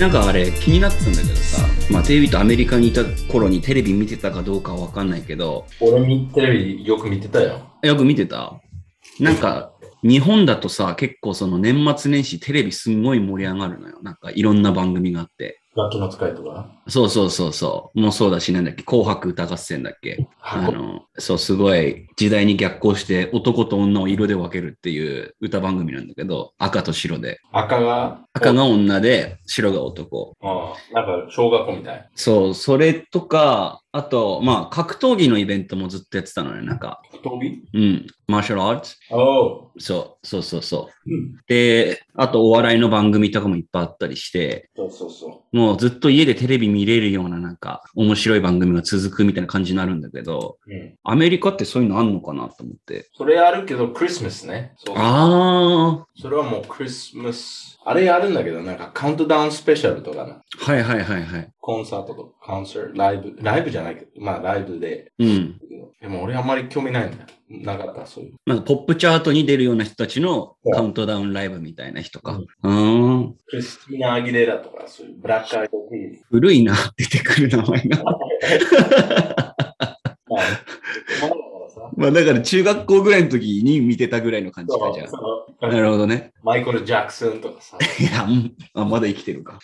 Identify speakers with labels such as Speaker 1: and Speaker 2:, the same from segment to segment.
Speaker 1: なんかあれ気になってたんだけどさ、まあ、デイビッドアメリカにいた頃にテレビ見てたかどうかは分かんないけど
Speaker 2: 俺みテレビよく見てたよ。
Speaker 1: よく見てたなんか日本だとさ結構その年末年始テレビすんごい盛り上がるのよなんかいろんな番組があって
Speaker 2: 楽器の使いとか。
Speaker 1: そうそうそうそうもうそうだしなんだっけ紅白歌合戦だっけあ
Speaker 2: 箱
Speaker 1: のそうすごい時代に逆行して男と女を色で分けるっていう歌番組なんだけど赤と白で
Speaker 2: 赤が、
Speaker 1: 赤が女で白が男
Speaker 2: うん、なんか小学校みたい。
Speaker 1: そう、それとか、あと、まあ、格闘技のイベントもずっとやってたのね、なんか、
Speaker 2: 飛び
Speaker 1: うん、マーシャルアーツ
Speaker 2: おう。
Speaker 1: そう、そうそうそう。
Speaker 2: うん。
Speaker 1: で、あとお笑いの番組とかもいっぱいあったりして、
Speaker 2: そうそうそ
Speaker 1: もうずっと家でテレビ見れるようななんか面白い番組が続くみたいな感じになるんだけど、
Speaker 2: う。うん。
Speaker 1: アメリカってそういうのあんのかなと思って。
Speaker 2: それあるけど、クリスマスね。そう
Speaker 1: あ
Speaker 2: それはもうクリスマス。あれあるんだけど、なんかカウントダウンスペシャルとかな。
Speaker 1: ー、はいはいはいはい。
Speaker 2: コンサートとか、コンサート、ライブ、ライブじゃないけど、まあライブで。
Speaker 1: うん。
Speaker 2: でも俺あんまり興味ないんだよ。なかった、そういう。
Speaker 1: なんかポップチャートに出るような人たちのカウントダウンライブみたいな人か。うーん。
Speaker 2: クリスティーナ・アギレラとか、そういうブラックアイドピーズ。
Speaker 1: 古いな、出てくる名前が。
Speaker 2: まあ、まだからさ。
Speaker 1: まあだから中学校ぐらいの時に見てたぐらいの感じかじゃあ。なるほどね。
Speaker 2: マイコル・ジャクソンとか さ。
Speaker 1: いや、うんあまだ生きてるか。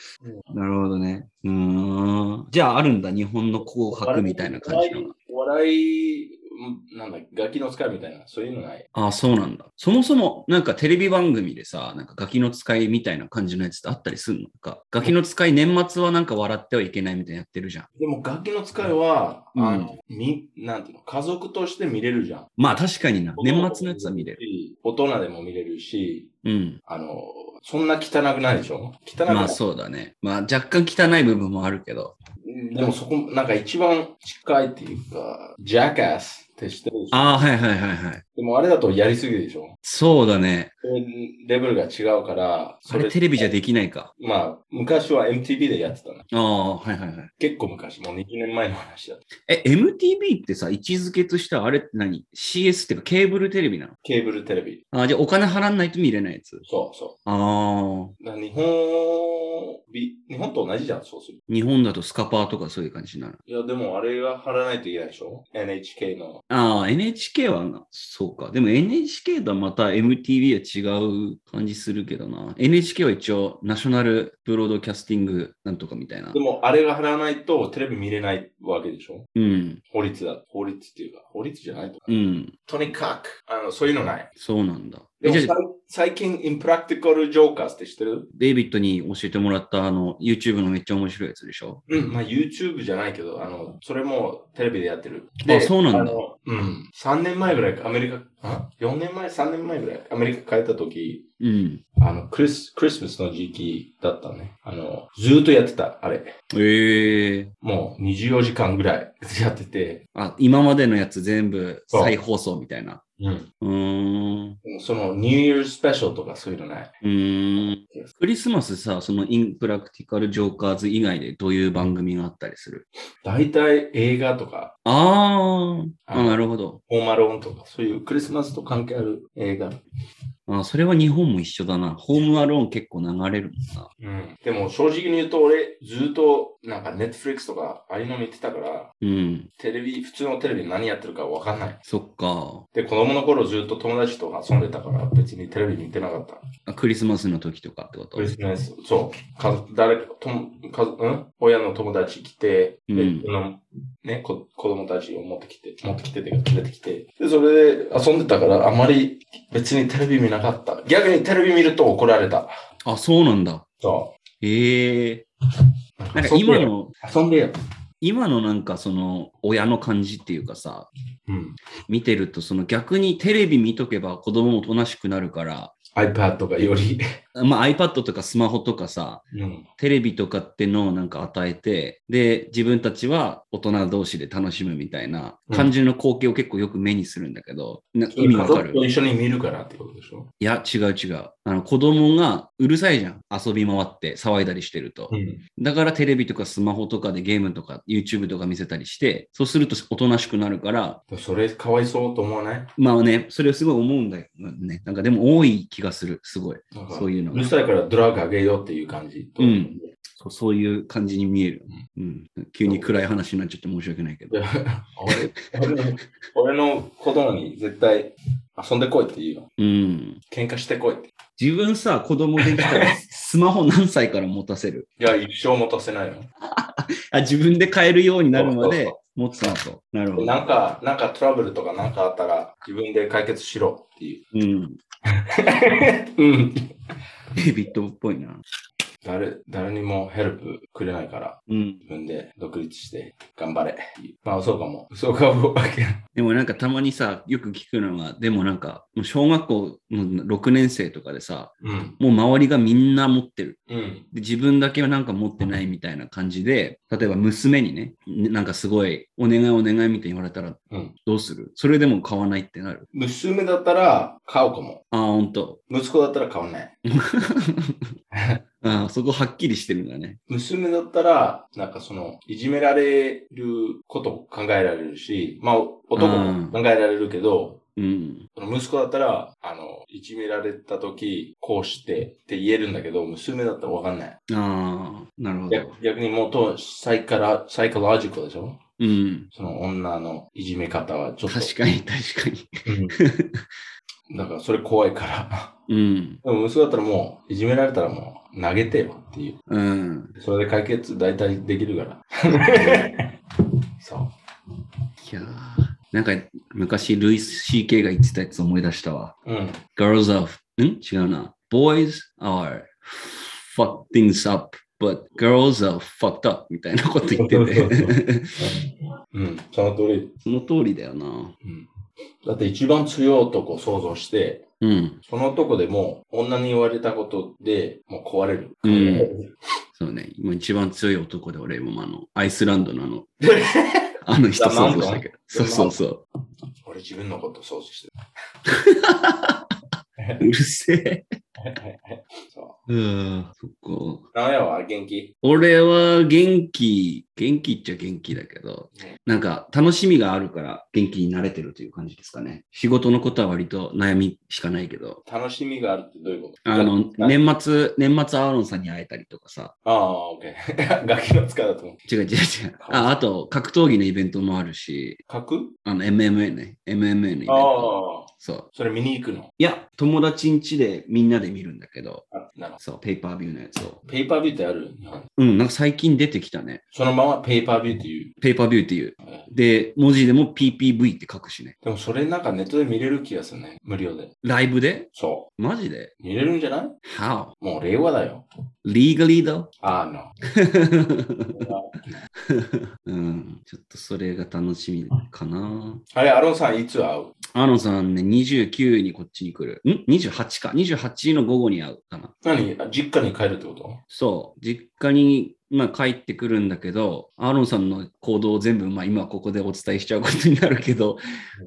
Speaker 1: なるほどね。うーん。じゃああるんだ、日本の紅白みたいな感じのが。
Speaker 2: お笑い、うんなんだ、楽器の使いみたいな、そういうのない。
Speaker 1: ああ、そうなんだ。そもそもなんかテレビ番組でさ、なんかガキの使いみたいな感じのやつってあったりするのか。ガキの使い年末はなんか笑ってはいけないみたいなやってるじゃん。
Speaker 2: でも楽器の使いは、
Speaker 1: うん
Speaker 2: あの、み、なんていうの、家族として見れるじゃん。
Speaker 1: まあ確かにな。年末のやつは見れる。
Speaker 2: 大人でも見れるし、
Speaker 1: うん。
Speaker 2: あの、そんな汚くないでしょ汚くない。
Speaker 1: まあそうだね。まあ若干汚い部分もあるけど。
Speaker 2: うんでもそこ、なんか一番近いっていうか、ジャッカスって知ってるでしょ
Speaker 1: ああ、はいはいはいはい。
Speaker 2: でもあれだとやりすぎでしょ
Speaker 1: そうだね。
Speaker 2: それレベルが違うから、
Speaker 1: あれテレビじゃできないか。
Speaker 2: まあ、昔は MTV でやってたの。
Speaker 1: ああ、はいはいはい。
Speaker 2: 結構昔、もう20年前の話だ。
Speaker 1: え、MTV ってさ、位置づけとしてはあれって何 ?CS っていうかケーブルテレビなの
Speaker 2: ケーブルテレビ。
Speaker 1: あーじゃあお金払わないと見れないやつ。
Speaker 2: そうそ
Speaker 1: ああ、
Speaker 2: う。だから日本、び日本と同じじゃん、そうする。
Speaker 1: 日本だとスカパーとかそういう感じになる。
Speaker 2: いや、でもあれは貼らないといけないでしょ ?NHK の。
Speaker 1: ああ、NHK はな、そうか。でも NHK とはまた MTV は違う感じするけどな。NHK は一応ナショナルブロードキャスティングなんとかみたいな
Speaker 2: で。もあれが貼らないとテレビ見れないわけでしょ
Speaker 1: うん、
Speaker 2: 法律だ。法律っていうか、法律じゃないとか。
Speaker 1: うん、
Speaker 2: とにかく、あの、そういうのない。
Speaker 1: そうなんだ。え
Speaker 2: でも
Speaker 1: じゃ
Speaker 2: さ
Speaker 1: あ、
Speaker 2: 最近、インプラクティカルジョーカーって知ってる
Speaker 1: デイビッドに教えてもらったあの YouTube のめっちゃ面白いやつでしょ
Speaker 2: うん、まあ YouTube じゃないけど、あの、それもテレビでやってる。
Speaker 1: あそうなんだ
Speaker 2: あのうん。3年前ぐらいか、アメリカ、あ ?4 年前 ?3 年前ぐらいアメリカ帰った時、
Speaker 1: うん。
Speaker 2: あの、クリス、クリスマスの時期だったね。あの、ずーっとやってた、あれ。
Speaker 1: ええー。
Speaker 2: もう24時間ぐらい やってて、
Speaker 1: あ、今までのやつ全部
Speaker 2: そう
Speaker 1: 再放送みたいな。
Speaker 2: うん。
Speaker 1: うーん。
Speaker 2: その、ニューイヤースペシャルとかそういうのない。
Speaker 1: うーん。クリスマスさ、そのインプラクティカルジョーカーズ以外でどういう番組があったりする
Speaker 2: 大体映画とか、
Speaker 1: あーあ、
Speaker 2: うん
Speaker 1: なるほど。
Speaker 2: ホーマローンとか、そういうクリスマスと関係ある映画。
Speaker 1: あそれは日本も一緒だな。ホームアローン結構流れるもんな。
Speaker 2: うん。でも正直に言うと俺ずっとなんか Netflix とかああいうの見てたから、
Speaker 1: うん。
Speaker 2: テレビ、普通のテレビで何やってるかわかんない。
Speaker 1: そっか
Speaker 2: で、子供の頃ずっと友達と遊んでたから別にテレビ見てなかった。
Speaker 1: あ。クリスマスの時とかってこと
Speaker 2: クリスマス、そう。か誰か、ともかうん親の友達来て、
Speaker 1: う
Speaker 2: で
Speaker 1: ん
Speaker 2: あのねこ、子供たちを持ってきて、持ってきてて、連れてきて。で、それで遊んでたからあまり別にテレビ見なかった。逆にテレビ見ると怒られた。
Speaker 1: あ、そうなんだ。
Speaker 2: そ
Speaker 1: ええ
Speaker 2: う。
Speaker 1: なんか今の、
Speaker 2: 遊んでよ。
Speaker 1: 今のなんかその親の感じっていうかさ、
Speaker 2: うん。
Speaker 1: 見てると、その逆にテレビ見とけば子供もおとなしくなるから、
Speaker 2: iPad とかより。
Speaker 1: まあ、iPad とかスマホとかさ、
Speaker 2: うん。
Speaker 1: テレビとかってのをなんか与えて、で、自分たちは大人同士で楽しむみたいな感じの光景を結構よく目にするんだけど、な意味わかる
Speaker 2: 家族と一緒に見るからってことでしょ。
Speaker 1: いや、違う違う。あの、子供がうるさいじゃん。遊び回って騒いだりしてると。
Speaker 2: ん。
Speaker 1: だからテレビとかスマホとかでゲームとか YouTube とか見せたりして、そうするとおとなしくなるから、
Speaker 2: でもそれかわいそうと思わない
Speaker 1: まあね、それをすごい思うんだよね。なんかでも多い気気がする。すごい。
Speaker 2: なんか
Speaker 1: そういうの
Speaker 2: うるさいからドラッグあげようっていう感じと。
Speaker 1: うんそうそういう感じに見える、うん。急に暗い話になっちゃって申し訳ないけ
Speaker 2: い
Speaker 1: ど。
Speaker 2: や俺俺の俺の子供に絶対遊んでこいって言うよ。
Speaker 1: うん。
Speaker 2: 喧嘩してこいって。
Speaker 1: 自分さ、子供できたらスマホ何歳から持たせる
Speaker 2: いや、一生持たせないよ。
Speaker 1: あ、自分で買えるようになるま
Speaker 2: そう
Speaker 1: で
Speaker 2: そ
Speaker 1: 持つなと。なるほど。
Speaker 2: なんか、なんかトラブルとかなんかあったら自分で解決しろってい
Speaker 1: うん。
Speaker 2: う。うん。
Speaker 1: デビットっぽいな。
Speaker 2: 誰、誰にもヘルプくれないから
Speaker 1: うん。
Speaker 2: 自分で独立して頑張れっていう。まあ、そうかも。そうかも。
Speaker 1: でもなんかたまにさ、よく聞くのは、でもなんか、もう小学校の6年生とかでさ、
Speaker 2: うん。
Speaker 1: もう周りがみんな持ってる。
Speaker 2: うん。
Speaker 1: で自分だけはなんか持ってないみたいな感じで、例えば娘にね、ねなんかすごい、お願いお願いみたいに言われたら
Speaker 2: うん。
Speaker 1: どうするそれでも買わないってなる。
Speaker 2: 娘だったら買うかも。
Speaker 1: ああ、ほん と。
Speaker 2: 息子だったら買わない。
Speaker 1: ああ、そこはっきりしてるんだね。
Speaker 2: 娘だったら、なんかその、いじめられることを考えられるし、まあ、男も考えられるけど、
Speaker 1: うん。
Speaker 2: その息子だったら、あの、いじめられた時、こうしてって言えるんだけど、娘だったらわかんない。
Speaker 1: ああ、なるほ
Speaker 2: 逆
Speaker 1: ど。
Speaker 2: 逆にもうと、サイカラ、サイコロジカルでしょ
Speaker 1: うん。
Speaker 2: その女のいじめ方はちょっと。
Speaker 1: 確かに、確かに。
Speaker 2: うんだからそれ怖いから。
Speaker 1: うん。
Speaker 2: でも息子だったらもう、いじめられたらもう、投げてよっていう。
Speaker 1: うん。
Speaker 2: それで解決大体できるから。 そう。
Speaker 1: いやーなんか昔、ルイス CK が言ってたやつ思い出したわ。
Speaker 2: うん。
Speaker 1: Girls are, ん違うな。Boys are fuck things up, but girls are fucked up みたいなこと言ってて。
Speaker 2: うん。その通り。
Speaker 1: その通りだよな。
Speaker 2: うん。だって一番強い男を想像して、
Speaker 1: うん。
Speaker 2: その男でも女に言われたことでもう壊れる。
Speaker 1: うんそうね。今一番強い男で俺、今あの、アイスランドのあの、あの人
Speaker 2: ザマ
Speaker 1: 想
Speaker 2: ウ
Speaker 1: 像
Speaker 2: ント
Speaker 1: したけど。そうそうそ
Speaker 2: 俺自分のこと想像してる。
Speaker 1: う。うるせえ。
Speaker 2: そう
Speaker 1: ーそっか。
Speaker 2: う。名古屋は元気
Speaker 1: 俺は元気、元気っちゃ元気だけど
Speaker 2: ね、
Speaker 1: なんか楽しみがあるから元気になれてるという感じですかね。仕事のことは割と悩みしかないけど、
Speaker 2: 楽しみがあるってどういうこと
Speaker 1: あの、
Speaker 2: あ
Speaker 1: 年末、年末アーロンさんに会えたりとかさ、
Speaker 2: ああ、オッケー。 楽器の使いだと思う。
Speaker 1: 違う違う違う。ああと、格闘技のイベントもあるし、
Speaker 2: 書く
Speaker 1: あの、MMA ね。MMA のイベン
Speaker 2: あ
Speaker 1: ト。
Speaker 2: あ、
Speaker 1: そう。
Speaker 2: それ見に行くの。
Speaker 1: いや、友達ん家でみんなで見るんだけど、
Speaker 2: あなるほ
Speaker 1: そう、ペーパービューのやつを。
Speaker 2: ど。ペーパービューってある日本
Speaker 1: うん、なんか最近出てきたね。
Speaker 2: そのままペーパービューっていう。
Speaker 1: ペーパービューっていう。で、文字でも PPV って書くしね。
Speaker 2: でもそれなんかネットで見れる気がするね。無料で。
Speaker 1: ライブで
Speaker 2: そ
Speaker 1: マジで
Speaker 2: う。見れるんじゃない
Speaker 1: ?How?
Speaker 2: もう令和だよ。
Speaker 1: Legally だ
Speaker 2: ああ、の。
Speaker 1: うん、ちょっとそれが楽しみかな。
Speaker 2: あれ、アロンさんいつ会う
Speaker 1: アーロンさんね、29にこっちに来る。ん ?28 か。28の午後に会うかな。
Speaker 2: 何あ実家に帰るってこと
Speaker 1: そう、実家に、まあ、帰ってくるんだけど、アーロンさんの行動を全部、まあ、今ここでお伝えしちゃうことになるけど、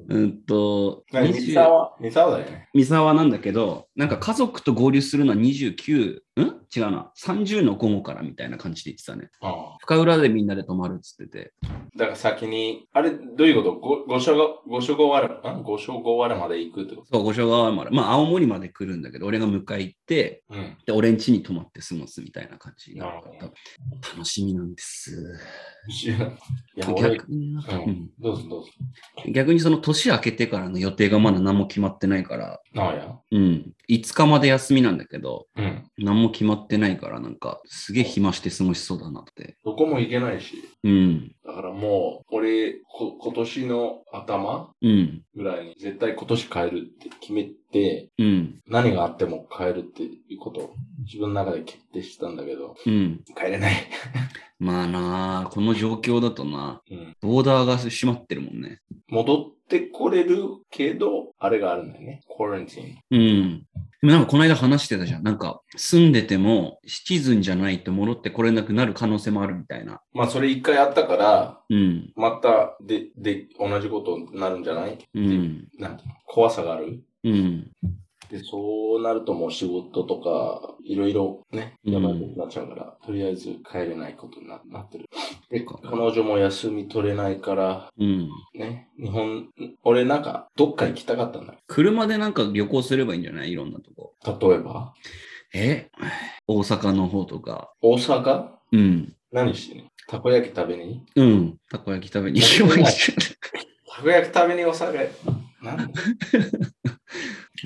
Speaker 1: うんと、
Speaker 2: 何
Speaker 1: 20
Speaker 2: 三沢三沢だよね。
Speaker 1: 三沢なんだけど、なんか家族と合流するのは29、ん違うな、30の午後からみたいな感じで言ってたね。
Speaker 2: あ
Speaker 1: 深浦でみんなで泊まるっつってて。
Speaker 2: だから先に、あれ、どういうことごご所がご所ごある、んご所ごあるまで行くってこ
Speaker 1: そう、五所川原まで。まあ、青森まで来るんだけど、俺が迎え行って、
Speaker 2: とうん。
Speaker 1: で、俺ん家に泊まって過ごすみたいな感じ。
Speaker 2: なるほど
Speaker 1: 楽しみなんです。
Speaker 2: いや、俺、
Speaker 1: 逆にな、
Speaker 2: う
Speaker 1: うんん。
Speaker 2: どうぞどうぞ。
Speaker 1: 逆にその年明けてからの予定がまだ何も決まってないから、
Speaker 2: なんや。
Speaker 1: うん、5日まで休みなんだけど、
Speaker 2: うん。
Speaker 1: 何も決まってないから、なんか、すげえ暇して過ごしそうだなって。
Speaker 2: どこも行けないし。
Speaker 1: うん、
Speaker 2: だからもう、俺、こ今年の頭
Speaker 1: うん、
Speaker 2: ぐらいに絶対今年帰るって決めて、
Speaker 1: うん、
Speaker 2: 何があっても帰るっていうことを自分の中で決定したんだけど、
Speaker 1: うん。
Speaker 2: 帰れない。
Speaker 1: まあなあ、この状況だとな、
Speaker 2: うん。
Speaker 1: ボーダーが閉まってるもんね。
Speaker 2: 戻ってこれるけど、あれがあるんだよね。コランティン。
Speaker 1: うん。でもなんかこの間話してたじゃん。なんか住んでてもシチズンじゃないと戻ってこれなくなる可能性もあるみたいな。
Speaker 2: まあ、それ一回あったから、
Speaker 1: うん。
Speaker 2: また、で、で、同じことになるんじゃない
Speaker 1: うん。
Speaker 2: なんていうの怖さがある。
Speaker 1: うん。
Speaker 2: で、そうなるともう仕事とか、いろいろね、
Speaker 1: うん
Speaker 2: やばいことになっちゃうから、とりあえず帰れないことにななってる。で、
Speaker 1: そっか
Speaker 2: 彼女も休み取れないから、
Speaker 1: うん。
Speaker 2: ね、日本、俺なんか、どっか行きたかったんだよ。
Speaker 1: 車でなんか旅行すればいいんじゃないいろんなとこ。
Speaker 2: 例えば、
Speaker 1: え大阪の方とか。
Speaker 2: 大阪
Speaker 1: うん。
Speaker 2: 何してねたこ焼き食べに
Speaker 1: うん。たこ焼き食べに行けばいいんじゃない
Speaker 2: たこ焼き食べに大阪へ。なんで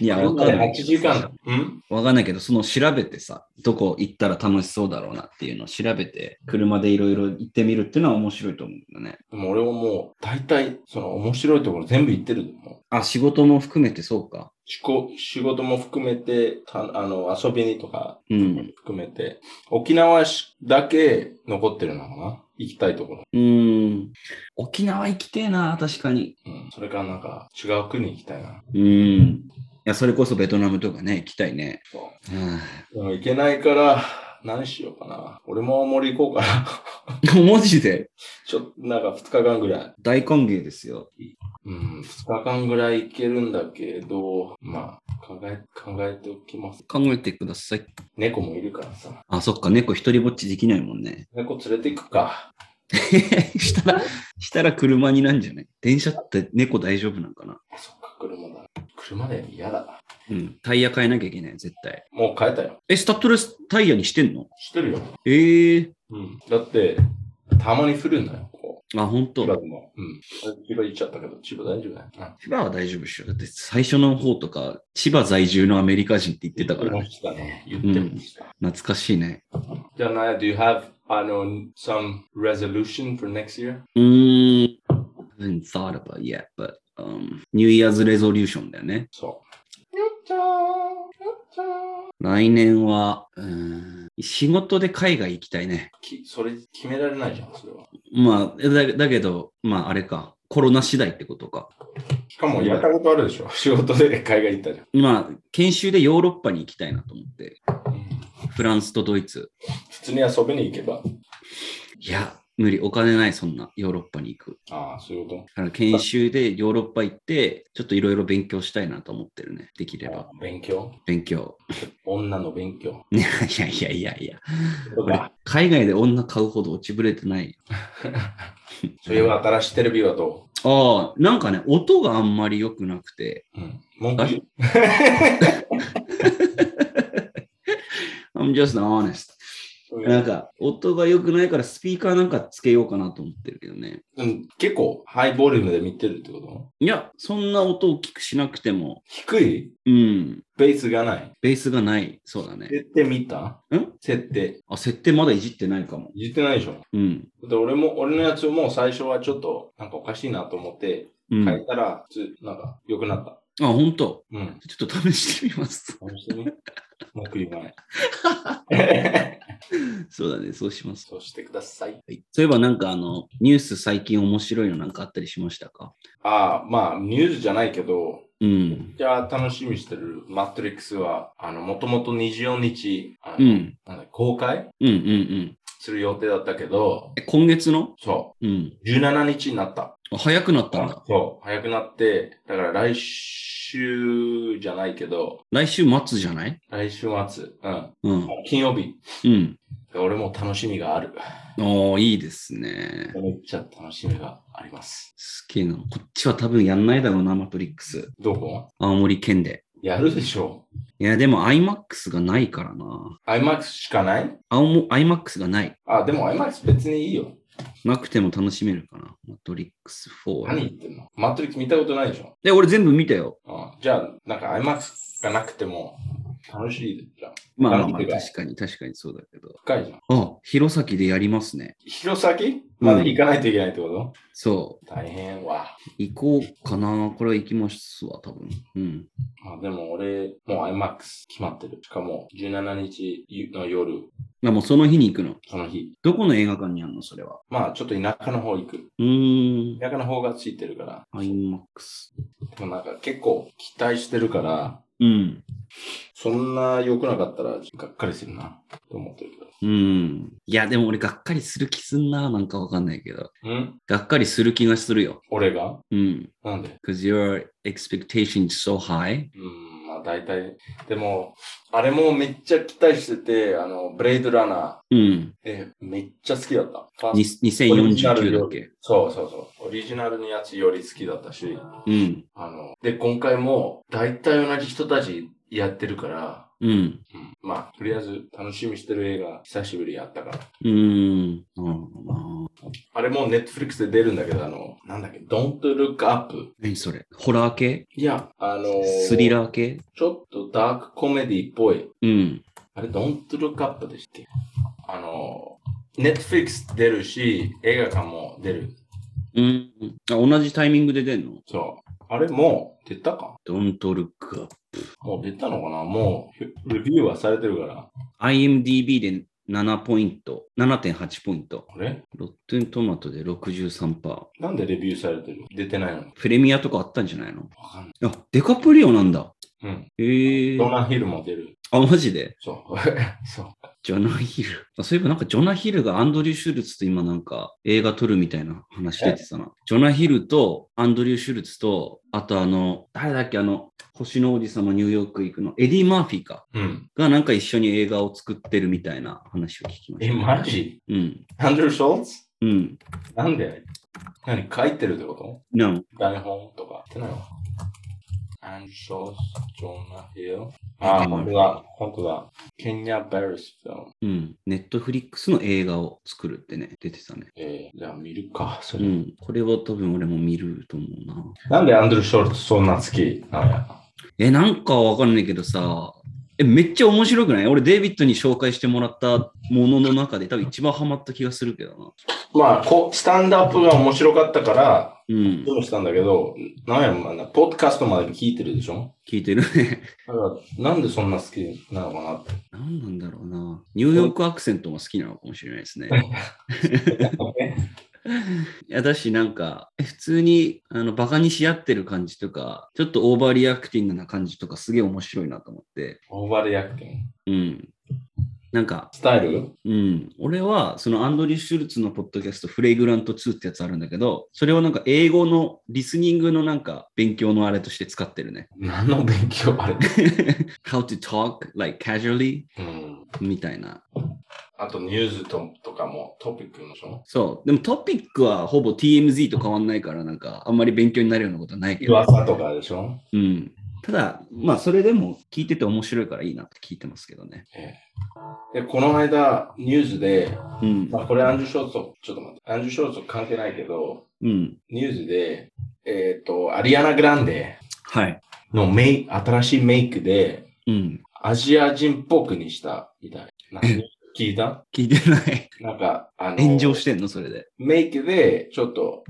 Speaker 1: いや、わかんない
Speaker 2: 8。時間。うん
Speaker 1: わかんないけど、その調べてさ、どこ行ったら楽しそうだろうなっていうのを調べて、車でいろいろ行ってみるっていうのは面白いと思うんだね。
Speaker 2: でも俺はもう、大体、その面白いところ全部行ってると思う。
Speaker 1: あ、仕事も含めてそうか。
Speaker 2: 仕事仕事も含めて、たあの、遊びにとか、
Speaker 1: うん。
Speaker 2: 含めて、沖縄市だけ残ってるのかな行きたいところ。
Speaker 1: うん。沖縄行きてえな、確かに。
Speaker 2: うん。それからなんか、違う国行きたいな。
Speaker 1: うん。いや、それこそベトナムとかね、行きたいね。
Speaker 2: そう
Speaker 1: は
Speaker 2: でも行けないから、何しようかな。俺も青森行こうかな。
Speaker 1: あ マジで
Speaker 2: ちょっと、なんか2日間ぐらい。
Speaker 1: 大歓迎ですよ。
Speaker 2: うん、2日間ぐらい行けるんだけど、まあ、考え、考えておきます。
Speaker 1: 考えてください。
Speaker 2: 猫もいるからさ。
Speaker 1: あ、そっか、猫一人ぼっちできないもんね。
Speaker 2: 猫連れて行くか。
Speaker 1: したら、したら車になんじゃない電車って猫大丈夫なんかな
Speaker 2: あそっか、車だ。車で嫌だ。
Speaker 1: うん。タイヤ変えなきゃいけない、絶対。
Speaker 2: もう変えたよ。
Speaker 1: え、スタッドレスタイヤにしてんの
Speaker 2: してるよ。
Speaker 1: ええ
Speaker 2: うん。だって、たまに降るんだよ、ここ。
Speaker 1: あ、本当
Speaker 2: 千葉でも。うん。千葉行っちゃったけど、千葉大丈夫だよ。
Speaker 1: 千葉は大丈夫っしょ。だって最初の方とか、千葉在住のアメリカ人って言ってたから
Speaker 2: 言
Speaker 1: ね。
Speaker 2: ってましたね。言ってました。
Speaker 1: 懐かしいね。
Speaker 2: じゃあ、Naya, do you have, I know, some resolution for next year?
Speaker 1: うーん。haven't thought about yet, but, um, New Year's resolution だよね。
Speaker 2: そう。
Speaker 1: 来年は、うーん、仕事で海外行きたいね。
Speaker 2: きそれ決められないじゃん、それは。
Speaker 1: まあ、だだけど、まああれか、コロナ次第ってことか。
Speaker 2: しかも、やったことあるでしょ。仕事で海外行ったじゃん。
Speaker 1: まあ、研修でヨーロッパに行きたいなと思って。フランスとドイツ。
Speaker 2: 普通に遊びに行けば。
Speaker 1: いや、無理。お金ない、そんな。ヨーロッパに行く。
Speaker 2: ああ、そういうこ
Speaker 1: だから研修でヨーロッパ行って、ちょっといろいろ勉強したいなと思ってるね。できれば。
Speaker 2: と。勉強
Speaker 1: 勉強。
Speaker 2: 女の勉強。
Speaker 1: いやいやいやいや。これ海外で女買うほど落ちぶれてない。
Speaker 2: それは新しいテレビはど
Speaker 1: ああ、なんかね、音があんまり良くなくて、
Speaker 2: ううん。文句言う
Speaker 1: I'm just honest. なんか、音が良くないからスピーカーなんかつけようかなと思ってるけどね。
Speaker 2: うん、結構ハイボリュームで見てるってこと
Speaker 1: いや、そんな音を大きくしなくても、
Speaker 2: 低い
Speaker 1: うん、
Speaker 2: ベースがない。
Speaker 1: ベースがない。そうだね。
Speaker 2: 設定見た
Speaker 1: ん
Speaker 2: 設定。
Speaker 1: あ、設定まだいじってないかも。
Speaker 2: 言ってないでしょ。
Speaker 1: うん。
Speaker 2: で、俺も、俺のやつも最初はちょっと、なんかおかしいなと思って、
Speaker 1: うん。
Speaker 2: 変えたら、普通、なんか、良くなった。
Speaker 1: あ、本当。
Speaker 2: うん。
Speaker 1: ちょっと試してみます。
Speaker 2: 楽しみ。文句言わない。
Speaker 1: そうだね、そうします。
Speaker 2: そうしてください。
Speaker 1: はいそういえばなんかあの、ニュース最近面白いのなんかあったりしましたか
Speaker 2: ああ、まあ、ニュースじゃないけど、
Speaker 1: うん。
Speaker 2: じゃあ楽しみにしてるマトリックスは、あの、もともと24日、あの
Speaker 1: うん。
Speaker 2: なんだ公開
Speaker 1: うんうんうん。
Speaker 2: する予定だったけど、
Speaker 1: え、今月の
Speaker 2: そ
Speaker 1: うん。
Speaker 2: う、17日になった。
Speaker 1: あ早くなったんだ。
Speaker 2: そう、早くなって、だから来週じゃないけど、
Speaker 1: 来週末じゃない
Speaker 2: 来週末、うん、
Speaker 1: うん。
Speaker 2: 金曜日。
Speaker 1: うん。
Speaker 2: 俺も楽しみがある。
Speaker 1: おー、いいですね。
Speaker 2: めっちゃ楽しみがあります。
Speaker 1: すげえな。こっちは多分やんないだろうな、マトリックス。
Speaker 2: どこ
Speaker 1: 青森県で。
Speaker 2: やるでしょ
Speaker 1: いや、でも IMAX がないからな。
Speaker 2: ?IMAX しかない
Speaker 1: 青も IMAX がない。
Speaker 2: あ、でも IMAX 別にいいよ。
Speaker 1: なくても楽しめるかな。マトリックス
Speaker 2: 何
Speaker 1: 4。
Speaker 2: 言ってんのマトリックス見たことないでしょ
Speaker 1: で、俺全部見たよ。
Speaker 2: うんじゃあ、なんか IMAX がなくても楽しいじゃん。
Speaker 1: まあまあま
Speaker 2: あ見
Speaker 1: あ、
Speaker 2: てない
Speaker 1: 確かに確かにそうだけど。
Speaker 2: 深いじゃん。
Speaker 1: あ、弘前でやりますね。
Speaker 2: 弘前まで行かないといけないってこと、
Speaker 1: そう。
Speaker 2: 大変わ。
Speaker 1: 行こうかな。これは行きますわ、多分。うん。
Speaker 2: まあでも俺、もう IMAX 決まってる。しかも17日の夜、
Speaker 1: あもうその日に行くの。
Speaker 2: その日。
Speaker 1: どこの映画館にあるの、それは。
Speaker 2: まあちょっと田舎の方行く。
Speaker 1: うーん。
Speaker 2: 田舎の方がついてるから。
Speaker 1: IMAX。
Speaker 2: でもなんか結構期待してるから、
Speaker 1: うん。
Speaker 2: そんな良くなかったらがっかりするな。と思ってるけ
Speaker 1: うん。いや、でも俺、がっかりする気すんな。なんかわかんないけど。
Speaker 2: ど。ん
Speaker 1: がっかりする気がするよ。
Speaker 2: 俺が
Speaker 1: うん。
Speaker 2: なんで
Speaker 1: Cause your expectation is so high.
Speaker 2: うーん、まあな、大体。でも、あれもめっちゃ期待してて、あの、ブレイドランナー、
Speaker 1: うん。
Speaker 2: え、めっちゃ好きだった。
Speaker 1: に2049だっけ
Speaker 2: そうそうそう。オリジナルのやつより好きだったし、
Speaker 1: うん。
Speaker 2: あの、で、今回も、大体同じ人たちやってるから、
Speaker 1: うん。
Speaker 2: うん、まあ、とりあえず楽しみにしてる映画、久しぶりやったから。
Speaker 1: うーん。なるほどな。
Speaker 2: あれもネットフリックスで出るんだけど、あの、なんだっけ、Don't Look Up。
Speaker 1: 何それホラー系
Speaker 2: いや、あの
Speaker 1: スリ
Speaker 2: ー。
Speaker 1: ラー系
Speaker 2: ちょっとダークコメディっぽい。
Speaker 1: うん。
Speaker 2: あれ、Don't Look Up でしたっけあのー、ネットフリックス出るし、映画館も出る。
Speaker 1: うん。あ、同じタイミングで出んの
Speaker 2: そう。あれ、もう出たか
Speaker 1: ?Don't Look Up。
Speaker 2: もう出たのかなもう、レビューはされてるから。
Speaker 1: IMDB で7ポイント、7.8ポイント。
Speaker 2: あれ
Speaker 1: ロッテントマトで63%。
Speaker 2: なんでレビューされてる出てないの
Speaker 1: プレミアとかあったんじゃないの
Speaker 2: わかんない。
Speaker 1: あ、デカプリオなんだ。
Speaker 2: うん。
Speaker 1: へえ
Speaker 2: ドナヒルも出る。
Speaker 1: あ、マジで
Speaker 2: そう。 そう。
Speaker 1: ジョナヒル。あそういえばなんかジョナヒルがアンドリュー・シュルツと今なんか映画撮るみたいな話出てたな。ジョナヒルとアンドリュー・シュルツと、あとあの、誰だっけあの、星の王子様ニューヨーク行くの、エディ・マーフィーか。
Speaker 2: うん。
Speaker 1: がなんか一緒に映画を作ってるみたいな話を聞きまし
Speaker 2: え、
Speaker 1: た。
Speaker 2: マジ
Speaker 1: うん。
Speaker 2: アンドル・ショルツ
Speaker 1: うん。
Speaker 2: なんで何書いてるってこと
Speaker 1: なん
Speaker 2: 台本とかやってないのアンジュ・ショース、ジョン・ナ・ヒル。あ、本当だ、本当だ。ケニア・バリスフィルム。
Speaker 1: うん。ネットフリックスの映画を作るってね、出てたね。
Speaker 2: えー、じゃあ見るか、そうれ。
Speaker 1: ん。これは多分俺も見ると思うな。
Speaker 2: なんでアンドル・ショルツそんな好きなんや
Speaker 1: え、なんかわかんないけどさ、え、めっちゃ面白くない俺、デイビッドに紹介してもらったものの中で多分一番ハマった気がするけどな。
Speaker 2: まあこう、スタンダップが面白かったから、
Speaker 1: うん
Speaker 2: で。もしたんだけど、なんやまあな、ポッドキャストまで聞いてるでしょ
Speaker 1: 聞いてるね。
Speaker 2: だから、なんでそんな好きなのかなって。
Speaker 1: 何なんだろうな。ニューヨークアクセントも好きなのかもしれないですね。いやだし、なんか、え普通に、あの、バカにし合ってる感じとか、ちょっとオーバーリアクティングな感じとか、すげえ面白いなと思って。
Speaker 2: オーバーリアクティング。
Speaker 1: うん。なんか、
Speaker 2: スタイル
Speaker 1: うん、俺はそのアンドリュー・シュルツのポッドキャスト「フレイグラント2」ってやつあるんだけどそれをなんか英語のリスニングのなんか勉強のあれとして使ってるね
Speaker 2: 何の勉強あれ
Speaker 1: How to talk like casually
Speaker 2: うん。
Speaker 1: みたいな
Speaker 2: あとニュースととかもトピックのしょ
Speaker 1: そうでもトピックはほぼ TMZ と変わんないからなんかあんまり勉強になるようなことはないけど、
Speaker 2: 噂とかでしょ
Speaker 1: うん、ただまあそれでも聞いてて面白いからいいなって聞いてますけどね
Speaker 2: で、この間ニュースで、
Speaker 1: うん
Speaker 2: まあこれアンジュ・ショーツと、ちょっと待って、アンジュ・ショーツと関係ないけど、
Speaker 1: うん
Speaker 2: ニュースで、えっ、と、アリアナ・グランデ
Speaker 1: はい
Speaker 2: のメイ新しいメイクで、
Speaker 1: うん
Speaker 2: アジア人っぽくにしたみたい。なんか聞いた
Speaker 1: 聞いてない
Speaker 2: なんか、あの、
Speaker 1: 炎上してんのそれで
Speaker 2: メイクで、ちょっと、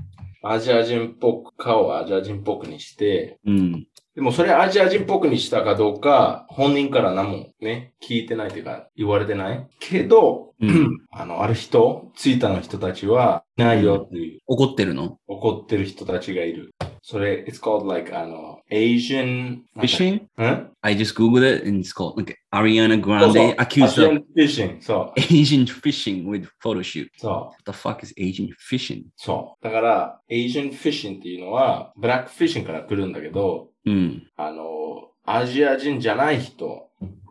Speaker 2: アジア人っぽく、顔をアジア人っぽくにして、
Speaker 1: うん
Speaker 2: でもそれアジア人っぽくにしたかどうか、本人から何もね、聞いてないというか、言われてない。けど、
Speaker 1: う
Speaker 2: あの、ある人、ツイッターの人たちは、いないよっていう、
Speaker 1: 怒ってるの
Speaker 2: 怒ってる人たちがいる。それ、it's called like, あの、Asian
Speaker 1: Fishing?
Speaker 2: ん
Speaker 1: I just googled it and it's called like Ariana
Speaker 2: そう
Speaker 1: Grande
Speaker 2: そう
Speaker 1: accused of
Speaker 2: Asian fishing. そう。
Speaker 1: Asian fishing with photo shoot.
Speaker 2: そう。
Speaker 1: What the fuck is Asian fishing?
Speaker 2: そう。だから、Asian fishing っていうのは、ブラックフィッシングから来るんだけど、
Speaker 1: うん。
Speaker 2: あの、アジア人じゃない人、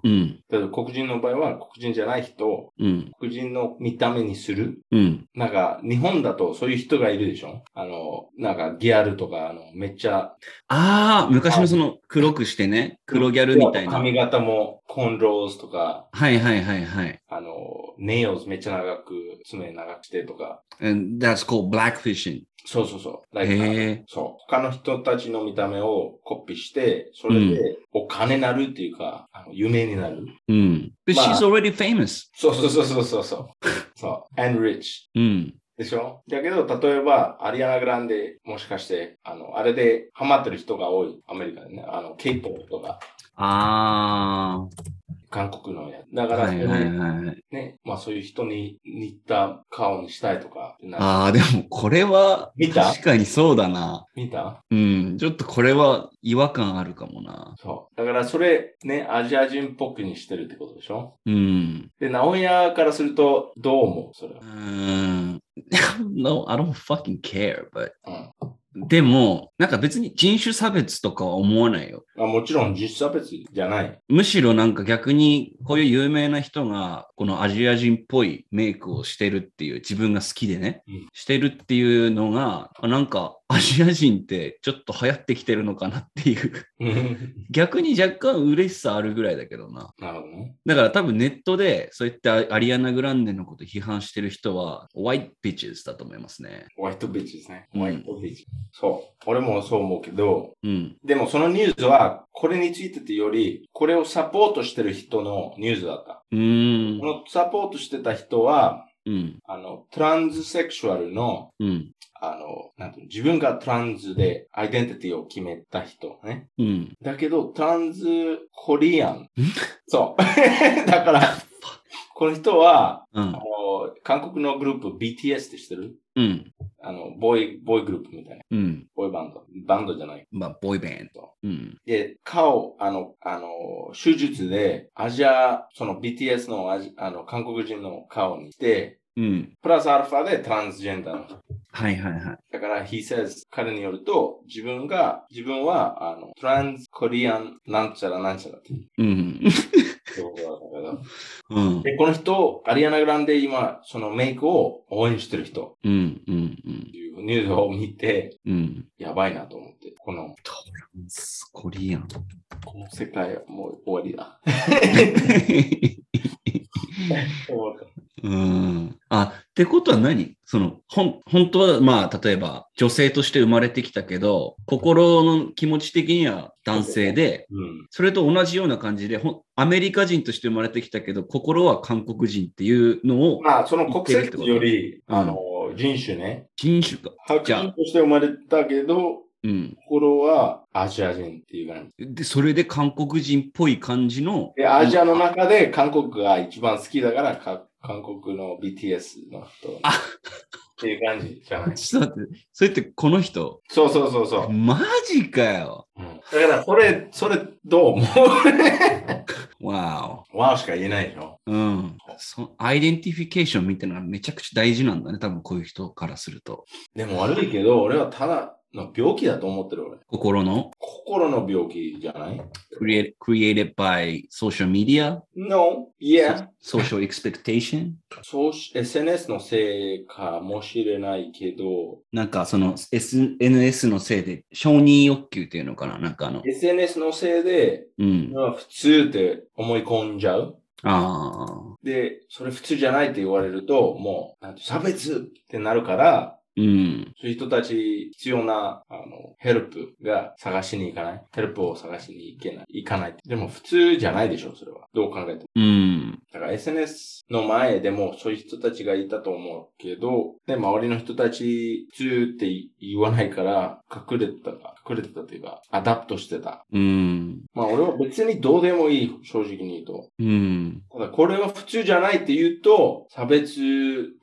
Speaker 1: うん。
Speaker 2: 例えば黒人の場合は黒人じゃない人、
Speaker 1: うん。
Speaker 2: 黒人の見た目にする
Speaker 1: うん。
Speaker 2: なんか、日本だとそういう人がいるでしょあの、なんか、ギャルとか、あの、めっちゃ、
Speaker 1: ああ、昔のその黒くしてね、黒ギャルみたいな。は
Speaker 2: 髪
Speaker 1: い
Speaker 2: 型も、コンローズとか、
Speaker 1: はいはいはい。
Speaker 2: あの、ネイルズめっちゃ長く、爪長くしてとか、
Speaker 1: And that's called black fishing.
Speaker 2: そうそうそう。
Speaker 1: へ
Speaker 2: like
Speaker 1: え。
Speaker 2: そう。他の人たちの見た目をコピーして、それで、お金なるっていうか、あの有名になる。
Speaker 1: うん。But
Speaker 2: まあ
Speaker 1: she's already famous.
Speaker 2: そうそうそうそうそうそう。そう。and rich.
Speaker 1: うん。
Speaker 2: でしょだけど、例えば、アリアナ・グランデ、もしかして、あの、あれで、ハマってる人が多い、アメリカでね、あの、ケイポとか、
Speaker 1: あ
Speaker 2: 韓国のやつ。だ
Speaker 1: あ。
Speaker 2: から、
Speaker 1: はいはいはい。
Speaker 2: ね、まあそういう人に似た顔にしたいとかってな、
Speaker 1: ああ、でもこれは
Speaker 2: 見た
Speaker 1: 確かにそうだな。
Speaker 2: 見た
Speaker 1: うん。ちょっとこれは違和感あるかもな。
Speaker 2: そう。だからそれ、ね、アジア人っぽくにしてるってことでしょ
Speaker 1: うん。
Speaker 2: で、直屋からすると、どう思うそれは。
Speaker 1: Um, no, I don't fucking care, but
Speaker 2: うん。
Speaker 1: でも、なんか別に人種差別とかは思わないよ。
Speaker 2: あもちろん実差別じゃない。
Speaker 1: むしろなんか逆にこういう有名な人がこのアジア人っぽいメイクをしてるっていう自分が好きでね、
Speaker 2: うん
Speaker 1: してるっていうのがあなんかアジア人ってちょっと流行ってきてるのかなっていう
Speaker 2: うん
Speaker 1: 逆に若干嬉しさあるぐらいだけどな
Speaker 2: なるほどね。
Speaker 1: だから多分ネットでそういったアリアナ・グランデのこと批判してる人は white bitches だと思いますね
Speaker 2: ホワイトビッチですね。
Speaker 1: うん
Speaker 2: ホワイトビッチ。そう。俺もそう思うけど、
Speaker 1: うん
Speaker 2: でもそのニュースは、これについてってより、これをサポートしてる人のニュースだった。
Speaker 1: うーん
Speaker 2: このサポートしてた人は、
Speaker 1: うん
Speaker 2: あの、トランスセクシュアルの、
Speaker 1: うん
Speaker 2: あの、なんていうの自分がトランスでアイデンティティを決めた人ね。
Speaker 1: うん
Speaker 2: だけど、トランスコリアン。そう。 だから、この人は、
Speaker 1: う
Speaker 2: あの
Speaker 1: ん
Speaker 2: 韓国のグループ BTS って知ってる
Speaker 1: うん
Speaker 2: あの、ボーイ、ボーイグループみたいな。
Speaker 1: うん
Speaker 2: ボーイバンド。バンドじゃない。
Speaker 1: まあボーイバンドうん
Speaker 2: で、顔、あの、あの、手術で、アジア、その BTS のアジあの、韓国人の顔にして、
Speaker 1: うん
Speaker 2: プラスアルファでトランスジェンダーの人
Speaker 1: はいはいはい
Speaker 2: だから、he says, 彼によると、自分が、自分は、あの、トランスコリアンなんちゃらなんちゃらっていう
Speaker 1: うん。
Speaker 2: ことなんだけど。
Speaker 1: うん。
Speaker 2: で、この人、アリアナ・グランデ今、そのメイクを応援してる人
Speaker 1: うん。うん
Speaker 2: って。いうニュースを見て、
Speaker 1: うん。
Speaker 2: やばいなと思って。この、
Speaker 1: コリアン。
Speaker 2: この世界はもう終わりだ。思った
Speaker 1: うん。あ、ってことは何その、ほん、本当は、まあ、例えば、女性として生まれてきたけど、心の気持ち的には男性で、
Speaker 2: うん。
Speaker 1: それと同じような感じで、ほんアメリカ人として生まれてきたけど、心は韓国人っていうのを、
Speaker 2: まあ、その国
Speaker 1: 言ってるって
Speaker 2: 籍
Speaker 1: こと
Speaker 2: より、
Speaker 1: うん
Speaker 2: あの、人種ね。
Speaker 1: 人種か。
Speaker 2: 白
Speaker 1: じゃあ
Speaker 2: 人として生まれたけど、
Speaker 1: うん。
Speaker 2: 心はアジア人っていう感じ。
Speaker 1: で、それで韓国人っぽい感じの、
Speaker 2: で、アジアの中で韓国が一番好きだから、か韓国の BTS の人。
Speaker 1: あ
Speaker 2: っていう感じじゃない。
Speaker 1: ちょっと待って、それってこの人、
Speaker 2: そうそうそうそう。
Speaker 1: マジかよ。
Speaker 2: うんだから、それ、それ、どう思
Speaker 1: わお。
Speaker 2: うわーしか言えないでしょ。
Speaker 1: うん。そアイデンティフィケーションみたいなのがめちゃくちゃ大事なんだね。多分こういう人からすると。
Speaker 2: でも悪いけど、俺はただの病気だと思ってる俺。
Speaker 1: 心の
Speaker 2: 心の病気じゃない
Speaker 1: create- created by social media,
Speaker 2: ?No, yeah.
Speaker 1: social expectation.
Speaker 2: そうし、SNS のせいかもしれないけど、
Speaker 1: なんかその SNS のせいで承認欲求っていうのかななんかあの、
Speaker 2: SNS のせいで、
Speaker 1: うん。
Speaker 2: まあ普通って思い込んじゃう。
Speaker 1: ああ、
Speaker 2: で、それ普通じゃないって言われると、もう、なんて差別ってなるから、
Speaker 1: うん。
Speaker 2: そういう人たち必要な、あの、ヘルプが探しに行かない。ヘルプを探しに行けない。行かない。でも普通じゃないでしょ、それは。どう考えても。
Speaker 1: うん。
Speaker 2: だから SNS の前でもそういう人たちがいたと思うけど、で、周りの人たち普通って言わないから、隠れてた、隠れてたというか、アダプトしてた。
Speaker 1: うん。
Speaker 2: まあ俺は別にどうでもいい、正直に言うと。
Speaker 1: うん。
Speaker 2: ただこれは普通じゃないって言うと、差別っ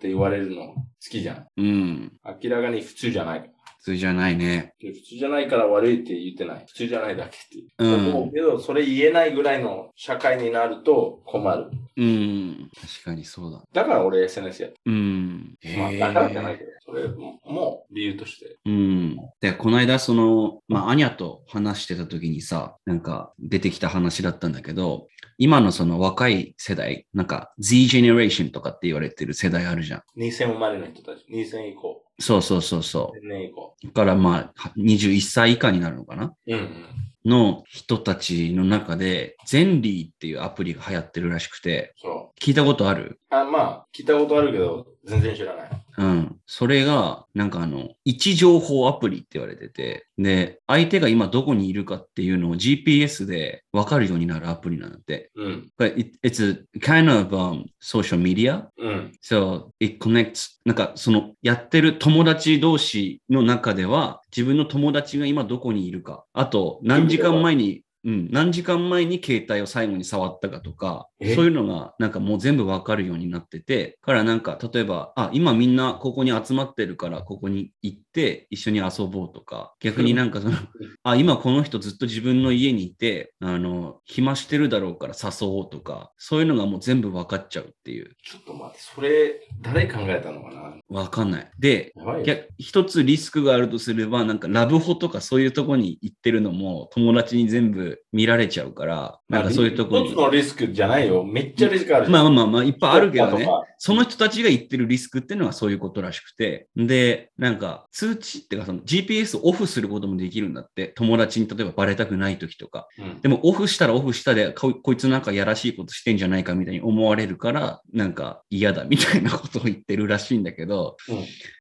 Speaker 2: て言われるの好きじゃん。
Speaker 1: うん。
Speaker 2: 明らかに普通じゃない。
Speaker 1: 普通じゃないね。
Speaker 2: で普通じゃないから悪いって言ってない。普通じゃないだけって。
Speaker 1: う。
Speaker 2: 思うんけど、それ言えないぐらいの社会になると困る。
Speaker 1: うん。確かにそうだ。
Speaker 2: だから俺 SNS やって
Speaker 1: うん。
Speaker 2: る。まあ、
Speaker 1: へー
Speaker 2: だからじゃないけど、それも理由として。
Speaker 1: うん。で、この間、その、まあ、アニャと話してた時にさ、なんか出てきた話だったんだけど、今のその若い世代、なんか Z ジェネレーションとかって言われてる世代あるじゃん。
Speaker 2: 2000生まれの人たち。2000以降。
Speaker 1: そうそうそうそ
Speaker 2: 1000年以降。
Speaker 1: う。だからまあ、21歳以下になるのかな
Speaker 2: うんうん。
Speaker 1: の人たちの中で、ゼンリーっていうアプリが流行ってるらしくて、
Speaker 2: そ
Speaker 1: 聞いたことある
Speaker 2: う。あ、まあ、聞いたことあるけど、全然知らない。
Speaker 1: うん。それが、なんかあの、位置情報アプリって言われてて、で、相手が今どこにいるかっていうのを GPS で分かるようになるアプリなんだって。
Speaker 2: うん。
Speaker 1: But it, it's a kind of、um, social media.
Speaker 2: うん。
Speaker 1: So it connects, なんかそのやってる友達同士の中では自分の友達が今どこにいるか、あと何時間前に、うん、何時間前に携帯を最後に触ったかとか、
Speaker 2: ええ
Speaker 1: そういうのがなんかもう全部わかるようになってて、からなんか例えば、あ、今みんなここに集まってるからここに行って一緒に遊ぼうとか、逆になんかその、あ、今この人ずっと自分の家にいて、あの、暇してるだろうから誘おうとか、そういうのがもう全部わかっちゃうっていう。
Speaker 2: ちょっと待って、それ、誰考えたのかな
Speaker 1: わかんない。で、
Speaker 2: やばいよ。
Speaker 1: 逆一つリスクがあるとすれば、なんかラブホとかそういうとこに行ってるのも友達に全部見られちゃうから、なんかそういうとこに
Speaker 2: 一つ。のリスクじゃないよ。めっちゃリスクあるじゃん。
Speaker 1: まあまあまあ、いっぱいあるけどね
Speaker 2: と。か
Speaker 1: その人たちが言ってるリスクっていうのはそういうことらしくて。で、なんか通知っていうかその GPS をオフすることもできるんだって。友達に例えばバレたくない時とか。
Speaker 2: うん
Speaker 1: でもオフしたらオフしたで、ここいつなんかやらしいことしてんじゃないかみたいに思われるから、なんか嫌だみたいなことを言ってるらしいんだけど、
Speaker 2: うん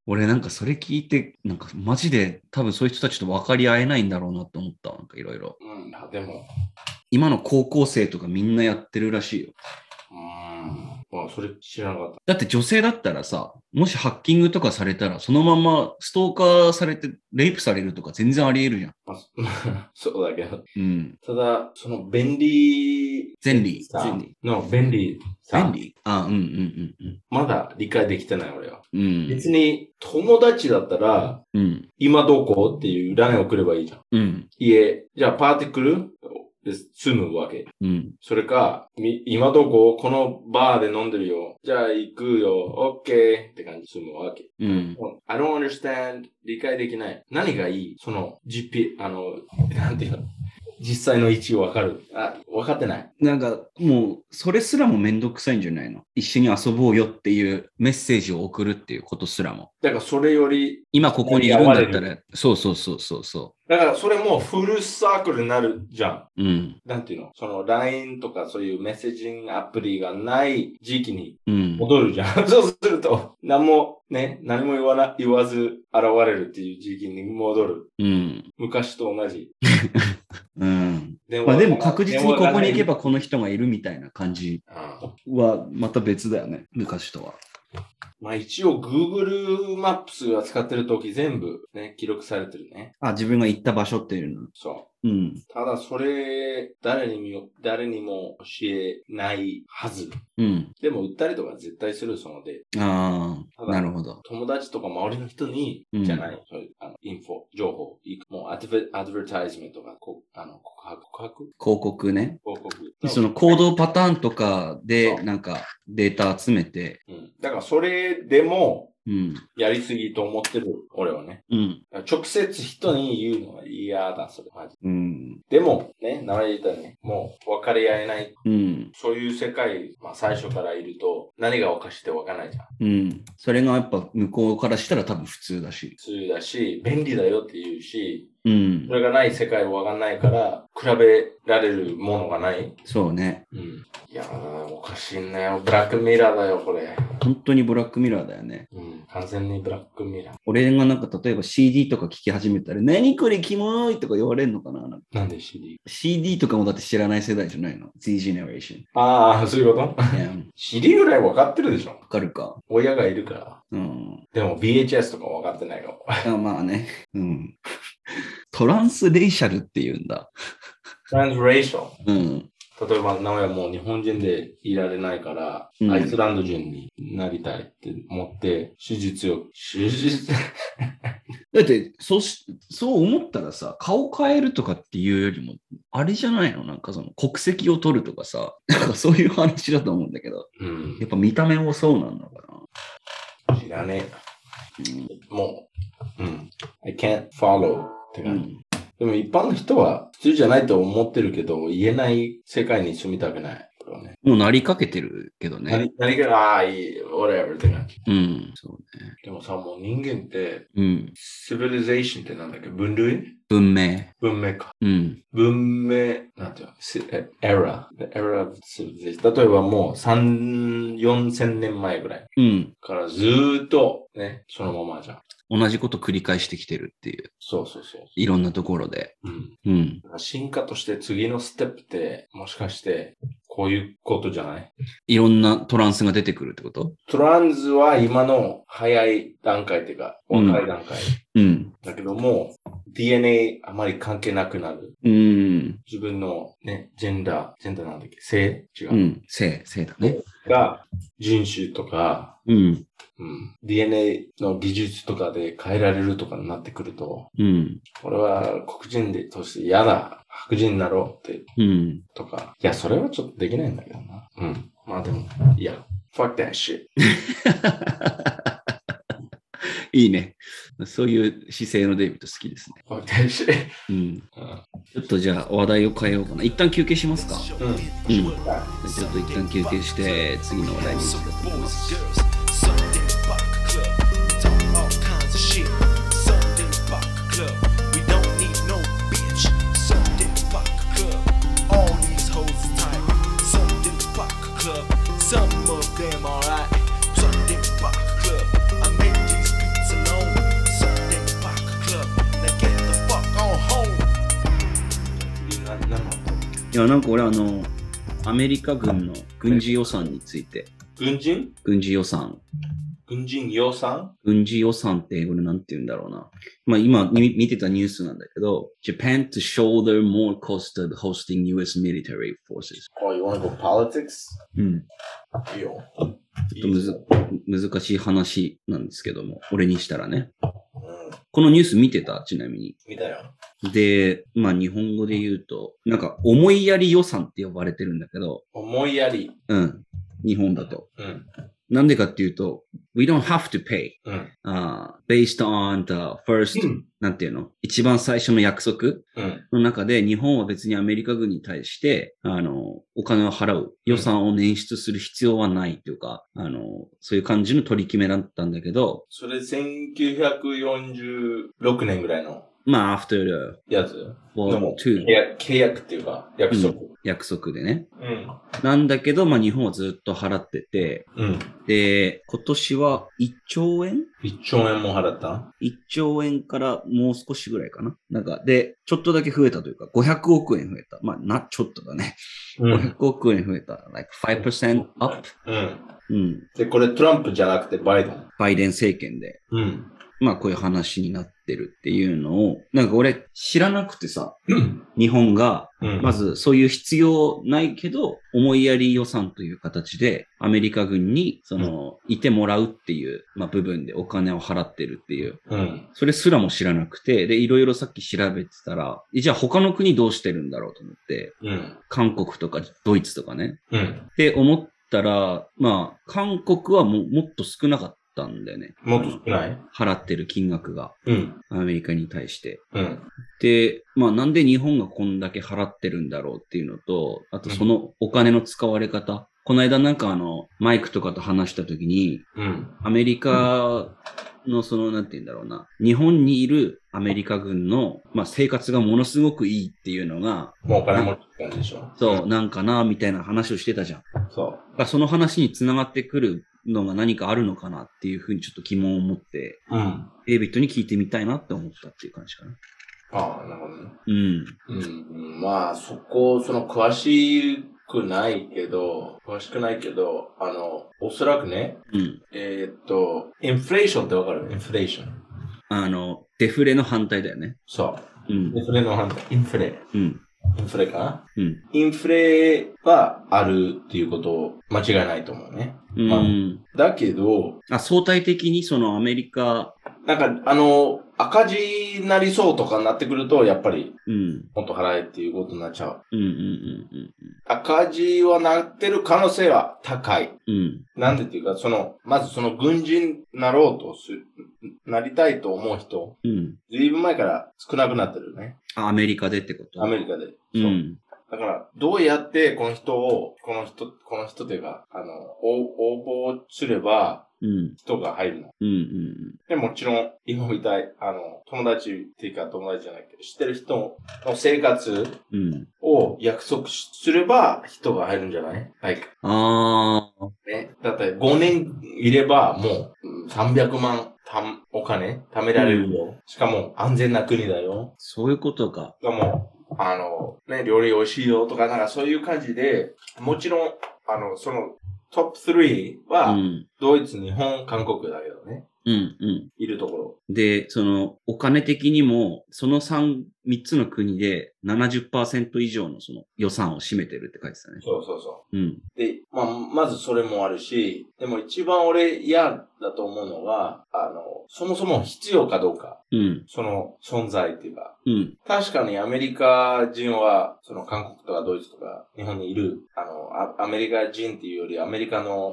Speaker 1: 俺なんかそれ聞いて、なんかマジで多分そういう人たちと分かり合えないんだろうなと思った。なんかいろいろ。
Speaker 2: うん、あでも、
Speaker 1: 今の高校生とかみんなやってるらしいよ。
Speaker 2: うーん。まあ、それ知らなかっ
Speaker 1: だって女性だったらさ、もしハッキングとかされたら、そのままストーカーされて、レイプされるとか全然あり得るじゃ
Speaker 2: た。 まあそそうだけど。
Speaker 1: ん。うん。
Speaker 2: ただ、その便利
Speaker 1: ゼンリー。
Speaker 2: さ
Speaker 1: ゼンリ
Speaker 2: の便利
Speaker 1: ー。ゼ
Speaker 2: さ
Speaker 1: ン、リーあ、うんうんうん
Speaker 2: まだ理解できてない俺は。
Speaker 1: うん。うん。
Speaker 2: 別に友達だったら、
Speaker 1: うん。
Speaker 2: 今どこっていう LINE 送ればいいじゃん。
Speaker 1: うん。
Speaker 2: 家、じゃあパーティー来るで住むわけ。
Speaker 1: うん。
Speaker 2: それか、み今どここのバーで飲んでるよ。じゃあ行くよ。OK! って感じ住むわけ。
Speaker 1: うん。
Speaker 2: もう I don't understand. 理解できない。何がいいその GP、あの、なんていうの実際の位置をわかる。あ、わかってない。
Speaker 1: なんか、もう、それすらもめんどくさいんじゃないの一緒に遊ぼうよっていうメッセージを送るっていうことすらも。
Speaker 2: だからそれより、
Speaker 1: 今ここにいるんだったら、そうそうそうそうそ
Speaker 2: だからそれもフルサークルになるじゃん。
Speaker 1: う。うん。
Speaker 2: なんていうのその LINE とかそういうメッセージングアプリがない時期に
Speaker 1: うん。
Speaker 2: 戻るじゃん。 そうすると、何もね、何も言わな、言わず現れるっていう時期に戻る。
Speaker 1: うん。
Speaker 2: 昔と同じ。
Speaker 1: うん。
Speaker 2: 電話
Speaker 1: まあでも確実にここに行け。
Speaker 2: 電
Speaker 1: ばこの人がいるみたいな感じ
Speaker 2: 話がないうん
Speaker 1: はまた別だよね、昔とは。
Speaker 2: まあ一応 Google マップスが使ってる時全部ね、記録されてるね。
Speaker 1: あ、自分が行った場所っていうの。
Speaker 2: そ
Speaker 1: うん。
Speaker 2: う。ただそれ、誰にも、誰にも教えないはず。
Speaker 1: うん。
Speaker 2: でも売ったりとか絶対するそので、
Speaker 1: あ
Speaker 2: た
Speaker 1: あ、
Speaker 2: だ
Speaker 1: なるほど。
Speaker 2: 友達とか周りの人に、
Speaker 1: うん
Speaker 2: じゃない、そういうあのインフォ、情報、いくもうアドベアドベタイズメントが、こあの告白、告白
Speaker 1: 広告ね。
Speaker 2: 広告。
Speaker 1: その行動パターンとか
Speaker 2: そ
Speaker 1: で、
Speaker 2: う
Speaker 1: なんかデータ集めて、
Speaker 2: うん。だからそれでも、
Speaker 1: うん。
Speaker 2: やりすぎと思ってる、俺はね。
Speaker 1: うん。
Speaker 2: だから直接人に言うのは嫌だ、それ、マジ。
Speaker 1: うん。
Speaker 2: でも、ね、名前言ったよね、もう分かり合えない。
Speaker 1: うん。
Speaker 2: そういう世界、まあ最初からいると、何がおかしいって分かんないじゃん。
Speaker 1: うん。それがやっぱ向こうからしたら多分普通だし。
Speaker 2: 普通だし、便利だよって言うし、
Speaker 1: うん
Speaker 2: そ。れがない世界を分かんないから、比べられるものがない。
Speaker 1: そうね。
Speaker 2: うん。いやー、おかしいんだよ。ブラックミラーだよ、これ。
Speaker 1: 本当にブラックミラーだよね。
Speaker 2: うん。完全にブラックミラー。
Speaker 1: 俺がなんか例えば CD とか聴き始めたら、何これキモいとか言われるのかななんか
Speaker 2: なんで CD?
Speaker 1: CD とかもだって知らない世代じゃないの ?Z Generation。
Speaker 2: ああ、そういうこと
Speaker 1: いや、わ
Speaker 2: ?CD ぐらい分かってるでしょ
Speaker 1: かるか。
Speaker 2: 親がいるから。
Speaker 1: うん。
Speaker 2: でも VHS とか分かってないか も。
Speaker 1: あまあね。うん。 トランスレイシャルって言うんだ。
Speaker 2: トランスレーション。
Speaker 1: うん。
Speaker 2: 例えば、名古屋もう日本人でいられないから、
Speaker 1: うん
Speaker 2: アイスランド人になりたいって思って、手術を、手術
Speaker 1: だって、そうし、そう思ったらさ、顔変えるとかっていうよりも、あれじゃないのなんかその国籍を取るとかさ、 なんかそういう話だと思うんだけど、
Speaker 2: うん
Speaker 1: や。っぱ見た目もそうなんだか
Speaker 2: 知らね
Speaker 1: な。
Speaker 2: え。もう、うん。I can't follow って
Speaker 1: う
Speaker 2: 感じ。
Speaker 1: ん。
Speaker 2: でも一般の人は普通じゃないと思ってるけど、言えない世界に住みたくない。これはね。
Speaker 1: もうなりかけてるけどね。
Speaker 2: 何、何が、ああ、いい、whatever って感じ。
Speaker 1: うん。そうね。
Speaker 2: でもさ、もう人間って、
Speaker 1: うん。
Speaker 2: シビリゼーションってなんだっけ分類
Speaker 1: 文明。
Speaker 2: 文明か。
Speaker 1: うん。
Speaker 2: 文明、なんていうのしえエラー。エラーシビリゼーション。例えばもう3、4000年前ぐらい
Speaker 1: うん。
Speaker 2: からずーっとね、そのままじゃん。
Speaker 1: 同じこと繰り返してきてるっていう、
Speaker 2: そうそうそう。
Speaker 1: いろんなところで。
Speaker 2: うん。
Speaker 1: うん。
Speaker 2: 進化として次のステップって、もしかして、こういうことじゃない
Speaker 1: いろんなトランスが出てくるってこと
Speaker 2: トランズは今の早い段階っていうか、
Speaker 1: うん
Speaker 2: 若い段階。
Speaker 1: うん。
Speaker 2: だけども、DNA あまり関係なくなる。
Speaker 1: うん。
Speaker 2: 自分のね、ジェンダー、ジェンダーなんだっけ性違
Speaker 1: う
Speaker 2: う。
Speaker 1: ん。性、性だね。
Speaker 2: が、人種とか、
Speaker 1: うん。
Speaker 2: うん、DNA の技術とかで変えられるとかになってくると、
Speaker 1: うん。
Speaker 2: 俺は黒人でとして嫌だ。白人になろうって、
Speaker 1: うん。
Speaker 2: とか。いや、それはちょっとできないんだけどな。うん。まあでも、いや、fuck that shit.
Speaker 1: いいね。そういう姿勢のデイビッド好きですね。
Speaker 2: fuck that shit.
Speaker 1: うん。
Speaker 2: うん
Speaker 1: ちょっとじゃあ話題を変えようかな。一旦休憩しますか。
Speaker 2: うん。
Speaker 1: うん。
Speaker 2: はい
Speaker 1: ちょっと一旦休憩して、次の話題に行き
Speaker 3: Some
Speaker 1: たいと思いま
Speaker 3: boys,
Speaker 1: す。
Speaker 3: girls, Sunday Buck Club. Talk all kinds of shit. Sunday Buck Club. We don't need no bitch. Sunday Buck Club. All these hoes is tight. Sunday Buck Club. Some of them alright. Sunday Buck Club. I make these beats alone. Sunday Buck Club. Now get the fuck on home.
Speaker 2: 次な何の
Speaker 1: いや、なんか俺あの、アメリカ軍の軍事予算について、
Speaker 2: 軍人
Speaker 1: 軍事予算、
Speaker 2: 軍人養蚕
Speaker 1: 軍事予算って英語でなんて言うんだろうな。まあ今み見てたニュースなんだけど、Japan to shoulder more cost of hosting US military forces。
Speaker 2: Oh, you wanna go politics?
Speaker 1: うん。
Speaker 2: いいよ。
Speaker 1: ちょっとむず難しい話なんですけども、俺にしたらね。
Speaker 2: うん。
Speaker 1: このニュース見てたちなみに。
Speaker 2: 見たよ。
Speaker 1: で、まあ日本語で言うと、なんか思いやり予算って呼ばれてるんだけど、
Speaker 2: 思いやり。
Speaker 1: うん。日本だと。
Speaker 2: うん。
Speaker 1: なんでかっていうと、we don't have to pay.
Speaker 2: うん。
Speaker 1: あー based on the first、
Speaker 2: うん
Speaker 1: なんていうの一番最初の約束
Speaker 2: うん。
Speaker 1: の中で日本は別にアメリカ軍に対して、あの、お金を払う、予算を捻出する必要はないというか、あの、そういう感じの取り決めだったんだけど、
Speaker 2: それ1946年ぐらいの
Speaker 1: まあ、after
Speaker 2: やつ。
Speaker 1: the World War II
Speaker 2: 契約契約っていうか、約束。
Speaker 1: 約束でね。
Speaker 2: うん。
Speaker 1: なんだけど、まあ日本はずっと払ってて、
Speaker 2: うん。
Speaker 1: で、今年は1兆円
Speaker 2: 1兆円も払った
Speaker 1: 1兆円からもう少しぐらいかな。なんか、で、ちょっとだけ増えたというか、500億円増えた。まあ、な、ちょっとだね。
Speaker 2: う。
Speaker 1: 500億円増えた。like 5% up。
Speaker 2: うん。
Speaker 1: うん。
Speaker 2: で、これトランプじゃなくてバイデン。
Speaker 1: バイデン政権で。
Speaker 2: うん。
Speaker 1: まあ、こういう話になってるっていうのを、なんか俺知らなくてさ、
Speaker 2: うん。
Speaker 1: 日本が、
Speaker 2: うん
Speaker 1: まずそういう必要ないけど、思いやり予算という形で、アメリカ軍に、その、いてもらうっていう、まあ、部分でお金を払ってるっていう
Speaker 2: うん。
Speaker 1: それすらも知らなくて、で、いろいろさっき調べてたら、えじゃあ他の国どうしてるんだろうと思って、
Speaker 2: うん。
Speaker 1: 韓国とかドイツとかね。
Speaker 2: うん。
Speaker 1: って思ったら、まあ、韓国はもうもっと少なかったんだよね。
Speaker 2: もっと少ない
Speaker 1: 払ってる金額が
Speaker 2: うん。
Speaker 1: アメリカに対して。
Speaker 2: うん。
Speaker 1: で、まあなんで日本がこんだけ払ってるんだろうっていうのと、あと
Speaker 2: うん
Speaker 1: そのお金の使われ方。この間なんかあの、マイクとかと話した時に、
Speaker 2: うん。
Speaker 1: アメリカのその、なんて言うんだろうな、日本にいるアメリカ軍の、まあ、生活がものすごくいいっていうのが、
Speaker 2: もうお金持ってたんでしょ
Speaker 1: そう、なんかな、みたいな話をしてたじゃん。だ
Speaker 2: そ
Speaker 1: からその話につながってくるのが何かあるのかなっていうふうにちょっと疑問を持って、
Speaker 2: う。うん。あ
Speaker 1: デイビッドに聞いてみたいなって思ったっていう感じかな。
Speaker 2: あ、なるほどね。
Speaker 1: うん。
Speaker 2: うん、まあ、そこ、その、詳しくないけど、詳しくないけど、あの、おそらくね、
Speaker 1: うん。
Speaker 2: えーっと、インフレーションってわかるインフレーション。
Speaker 1: あの、デフレの反対だよね。
Speaker 2: そうう。
Speaker 1: ん
Speaker 2: イ。ンフレの反対。インフレ。
Speaker 1: うん。
Speaker 2: インフレかな
Speaker 1: うん。
Speaker 2: インフレはあるっていうことを間違いないと思うね。
Speaker 1: うん。
Speaker 2: だけど、
Speaker 1: あ、相対的にそのアメリカ、
Speaker 2: なんか、あの、赤字になりそうとかになってくると、やっぱり、
Speaker 1: うん。
Speaker 2: もっと払えっていうことになっちゃう。
Speaker 1: うんうんうん
Speaker 2: 赤字はなってる可能性は高い。
Speaker 1: うん。うん。
Speaker 2: なんでっていうか、その、まずその軍人なろうとす、なりたいと思う人、
Speaker 1: うん。
Speaker 2: ずいぶん前から少なくなってるよね。
Speaker 1: あアメリカでってこと
Speaker 2: アメリカで。
Speaker 1: う。
Speaker 2: そうんだから、どうやってこの人を、この人、この人というか、あの、応応募すれば
Speaker 1: うん。
Speaker 2: 人が入るの。
Speaker 1: うん。うん。
Speaker 2: で、もちろん、今みたい、あの、友達っていうか友達じゃないけど、知ってる人の生活
Speaker 1: うん。
Speaker 2: を約束しすれば人が入るんじゃない l i
Speaker 1: ああ。
Speaker 2: ね。だって5年いればもううん300万たんおお金貯められるよ。しかも安全な国だよ。
Speaker 1: そういうことか。
Speaker 2: しかも、あの、ね、料理美味しいよとか、なんかそういう感じで、もちろん、あの、その、トップ3
Speaker 1: う
Speaker 2: は、
Speaker 1: ん。
Speaker 2: ドイツ、日本、韓国だけどね。
Speaker 1: うん、うん。
Speaker 2: いるところ。
Speaker 1: で、その、お金的にも、その3、3つの国で70%以上のその予算を占めてるって書いてたね。
Speaker 2: そうそうそう。
Speaker 1: うん。
Speaker 2: で、まあ、まずそれもあるし、でも一番俺嫌だと思うのは、あの、そもそも必要かどうか、
Speaker 1: うん。
Speaker 2: その存在っていうか、
Speaker 1: うん。
Speaker 2: 確かにアメリカ人は、その韓国とかドイツとか日本にいる、あの、あアメリカ人っていうよりアメリカの、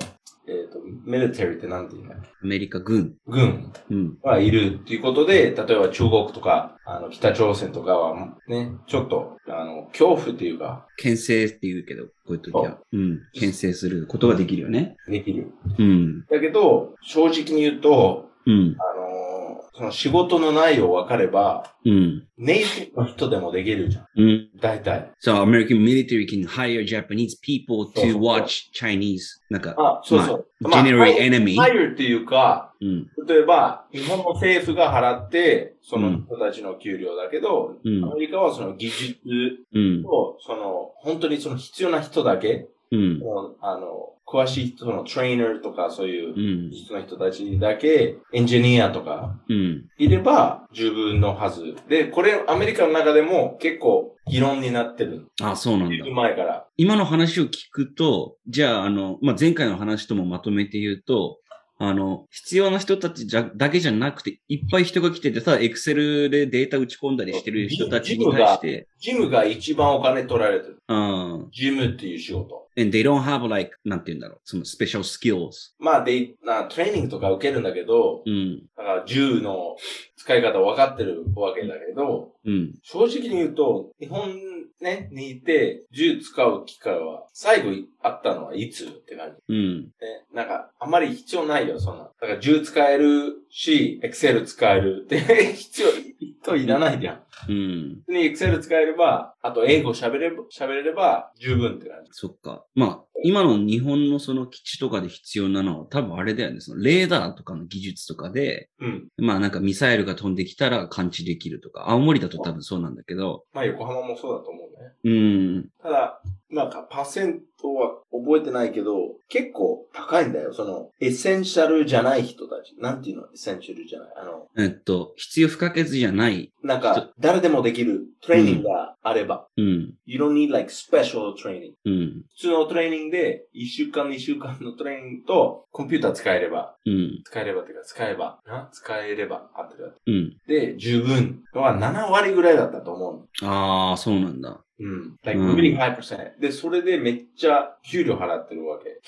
Speaker 2: えっ、と、ミリタリーってなんていうんだっけ
Speaker 1: アメリカ軍。
Speaker 2: 軍
Speaker 1: うん。
Speaker 2: はいるっていうことで、例えば中国とか、あの、北朝鮮とかは、ね、ちょっと、あの、恐怖っていうか、
Speaker 1: 牽制って言うけど、こういう時は。うん。牽制することができるよね。
Speaker 2: できる。
Speaker 1: うん。
Speaker 2: だけど、正直に言うと、
Speaker 1: うん。
Speaker 2: あのーその仕事の内容分かれば、
Speaker 1: うん。
Speaker 2: ネイティブの人でもできるじゃん。
Speaker 1: うん。
Speaker 2: 大体。
Speaker 1: So American military can hire Japanese people
Speaker 2: そうそう
Speaker 1: to
Speaker 2: そう
Speaker 1: watch Chinese なんか
Speaker 2: あ、そうそう。
Speaker 1: まあ generate
Speaker 2: ハイ
Speaker 1: enemy
Speaker 2: ハイルっていうか、
Speaker 1: うん
Speaker 2: 例えば、日本の政府が払って、その
Speaker 1: うん
Speaker 2: 人たちの給料だけど、
Speaker 1: うん
Speaker 2: アメリカはその技術
Speaker 1: うん
Speaker 2: を、その、本当にその必要な人だけ、
Speaker 1: うん
Speaker 2: もうあの、詳しい人のトレーナーとかそういうう、
Speaker 1: ん
Speaker 2: 技術の人たちだけ、エンジニアとか、
Speaker 1: うん
Speaker 2: いれば十分のはず。で、これ、アメリカの中でも結構議論になってる。
Speaker 1: あそうなんだ
Speaker 2: 行く前から。
Speaker 1: 今の話を聞くとじゃああの、まあ、前回の話ともまとめて言うとあの必要な人たちじゃだけじゃなくていっぱい人が来ててただ Excel でデータ打ち込んだりしてる人たちに対して
Speaker 2: ジムが一番お金取られてる。
Speaker 1: うん
Speaker 2: ジムっていう仕事。
Speaker 1: and they don't have like なんて言うんだろうその special skills
Speaker 2: まあ、で、な、トレーニングとか受けるんだけど、
Speaker 1: うん
Speaker 2: だから銃の使い方分かってるわけだけど、
Speaker 1: うん
Speaker 2: 正直に言うと、日本ね、にいて銃使う機会は、最後あったのはいつって感
Speaker 1: う
Speaker 2: じ。
Speaker 1: ん
Speaker 2: ね、なんか、あんまり必要ないよ、そんな。だから、銃使えるし、エクセル使えるって、 必要、人いらないじゃん。
Speaker 1: うん
Speaker 2: 普通にエクセル使えれば、あと英語喋れば、喋れれば十分って感じ。
Speaker 1: そっか。まあ、今の日本のその基地とかで必要なのは多分あれだよね。そのレーダーとかの技術とかで、
Speaker 2: うん。
Speaker 1: まあなんかミサイルが飛んできたら感知できるとか、青森だと多分そうなんだけど、
Speaker 2: まあ、横浜もそうだと思うね。
Speaker 1: うん、
Speaker 2: ただ、なんか、パーセントは覚えてないけど、結構高いんだよ。その、エッセンシャルじゃない人たち。なんていうのエッセンシャルじゃないあの、
Speaker 1: えっと、必要不可欠じゃない。
Speaker 2: なん
Speaker 1: ちょ
Speaker 2: か、誰でもできるトレーニングがあれば。
Speaker 1: うん、
Speaker 2: You don't need like special training.
Speaker 1: うん、
Speaker 2: 普通のトレーニングで、1週間、2週間のトレーニングと、コンピューター使えれば、
Speaker 1: うん、
Speaker 2: 使えればっていうか、使えば、な使えれば、あってる。
Speaker 1: うん。
Speaker 2: で、十分は7割ぐらいだったと思うの。
Speaker 1: ああ、そうなんだ。
Speaker 2: うん。like
Speaker 1: うん
Speaker 2: really high percent. で、それでめっちゃ給料払ってるわけ。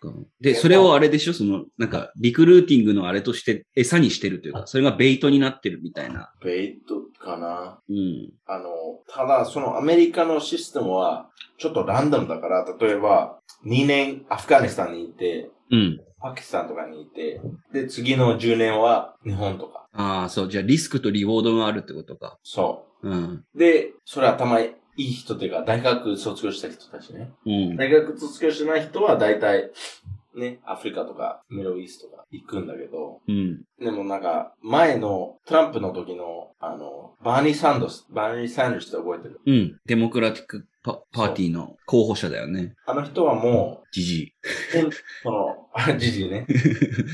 Speaker 1: そっか。で、それをあれでしょその、なんか、リクルーティングのあれとして餌にしてるというか、それがベイトになってるみたいな。
Speaker 2: ベイトかな
Speaker 1: うん、
Speaker 2: あの、ただ、そのアメリカのシステムは、ちょっとランダムだから、例えば、2年アフガニスタンにいて、
Speaker 1: うん。
Speaker 2: パキスタンとかにいて、で、次の10年は日本とか。
Speaker 1: ああ、そう。じゃあ、リスクとリウォードがあるってことか。
Speaker 2: そう。
Speaker 1: うん、
Speaker 2: で、それ頭いい人というか、大学卒業した人たちね。
Speaker 1: うん。
Speaker 2: 大学卒業してない人は大体、ね、アフリカとか、ミドルイーストとか行くんだけど、
Speaker 1: うん。
Speaker 2: でもなんか、前のトランプの時の、あの、バーニー・サンドス、バーニー・サンドスって覚えてる
Speaker 1: うん。デモクラティックパパーティーの候補者だよね。
Speaker 2: あの人はも
Speaker 1: じじい。
Speaker 2: う、その、 あ、じじいね。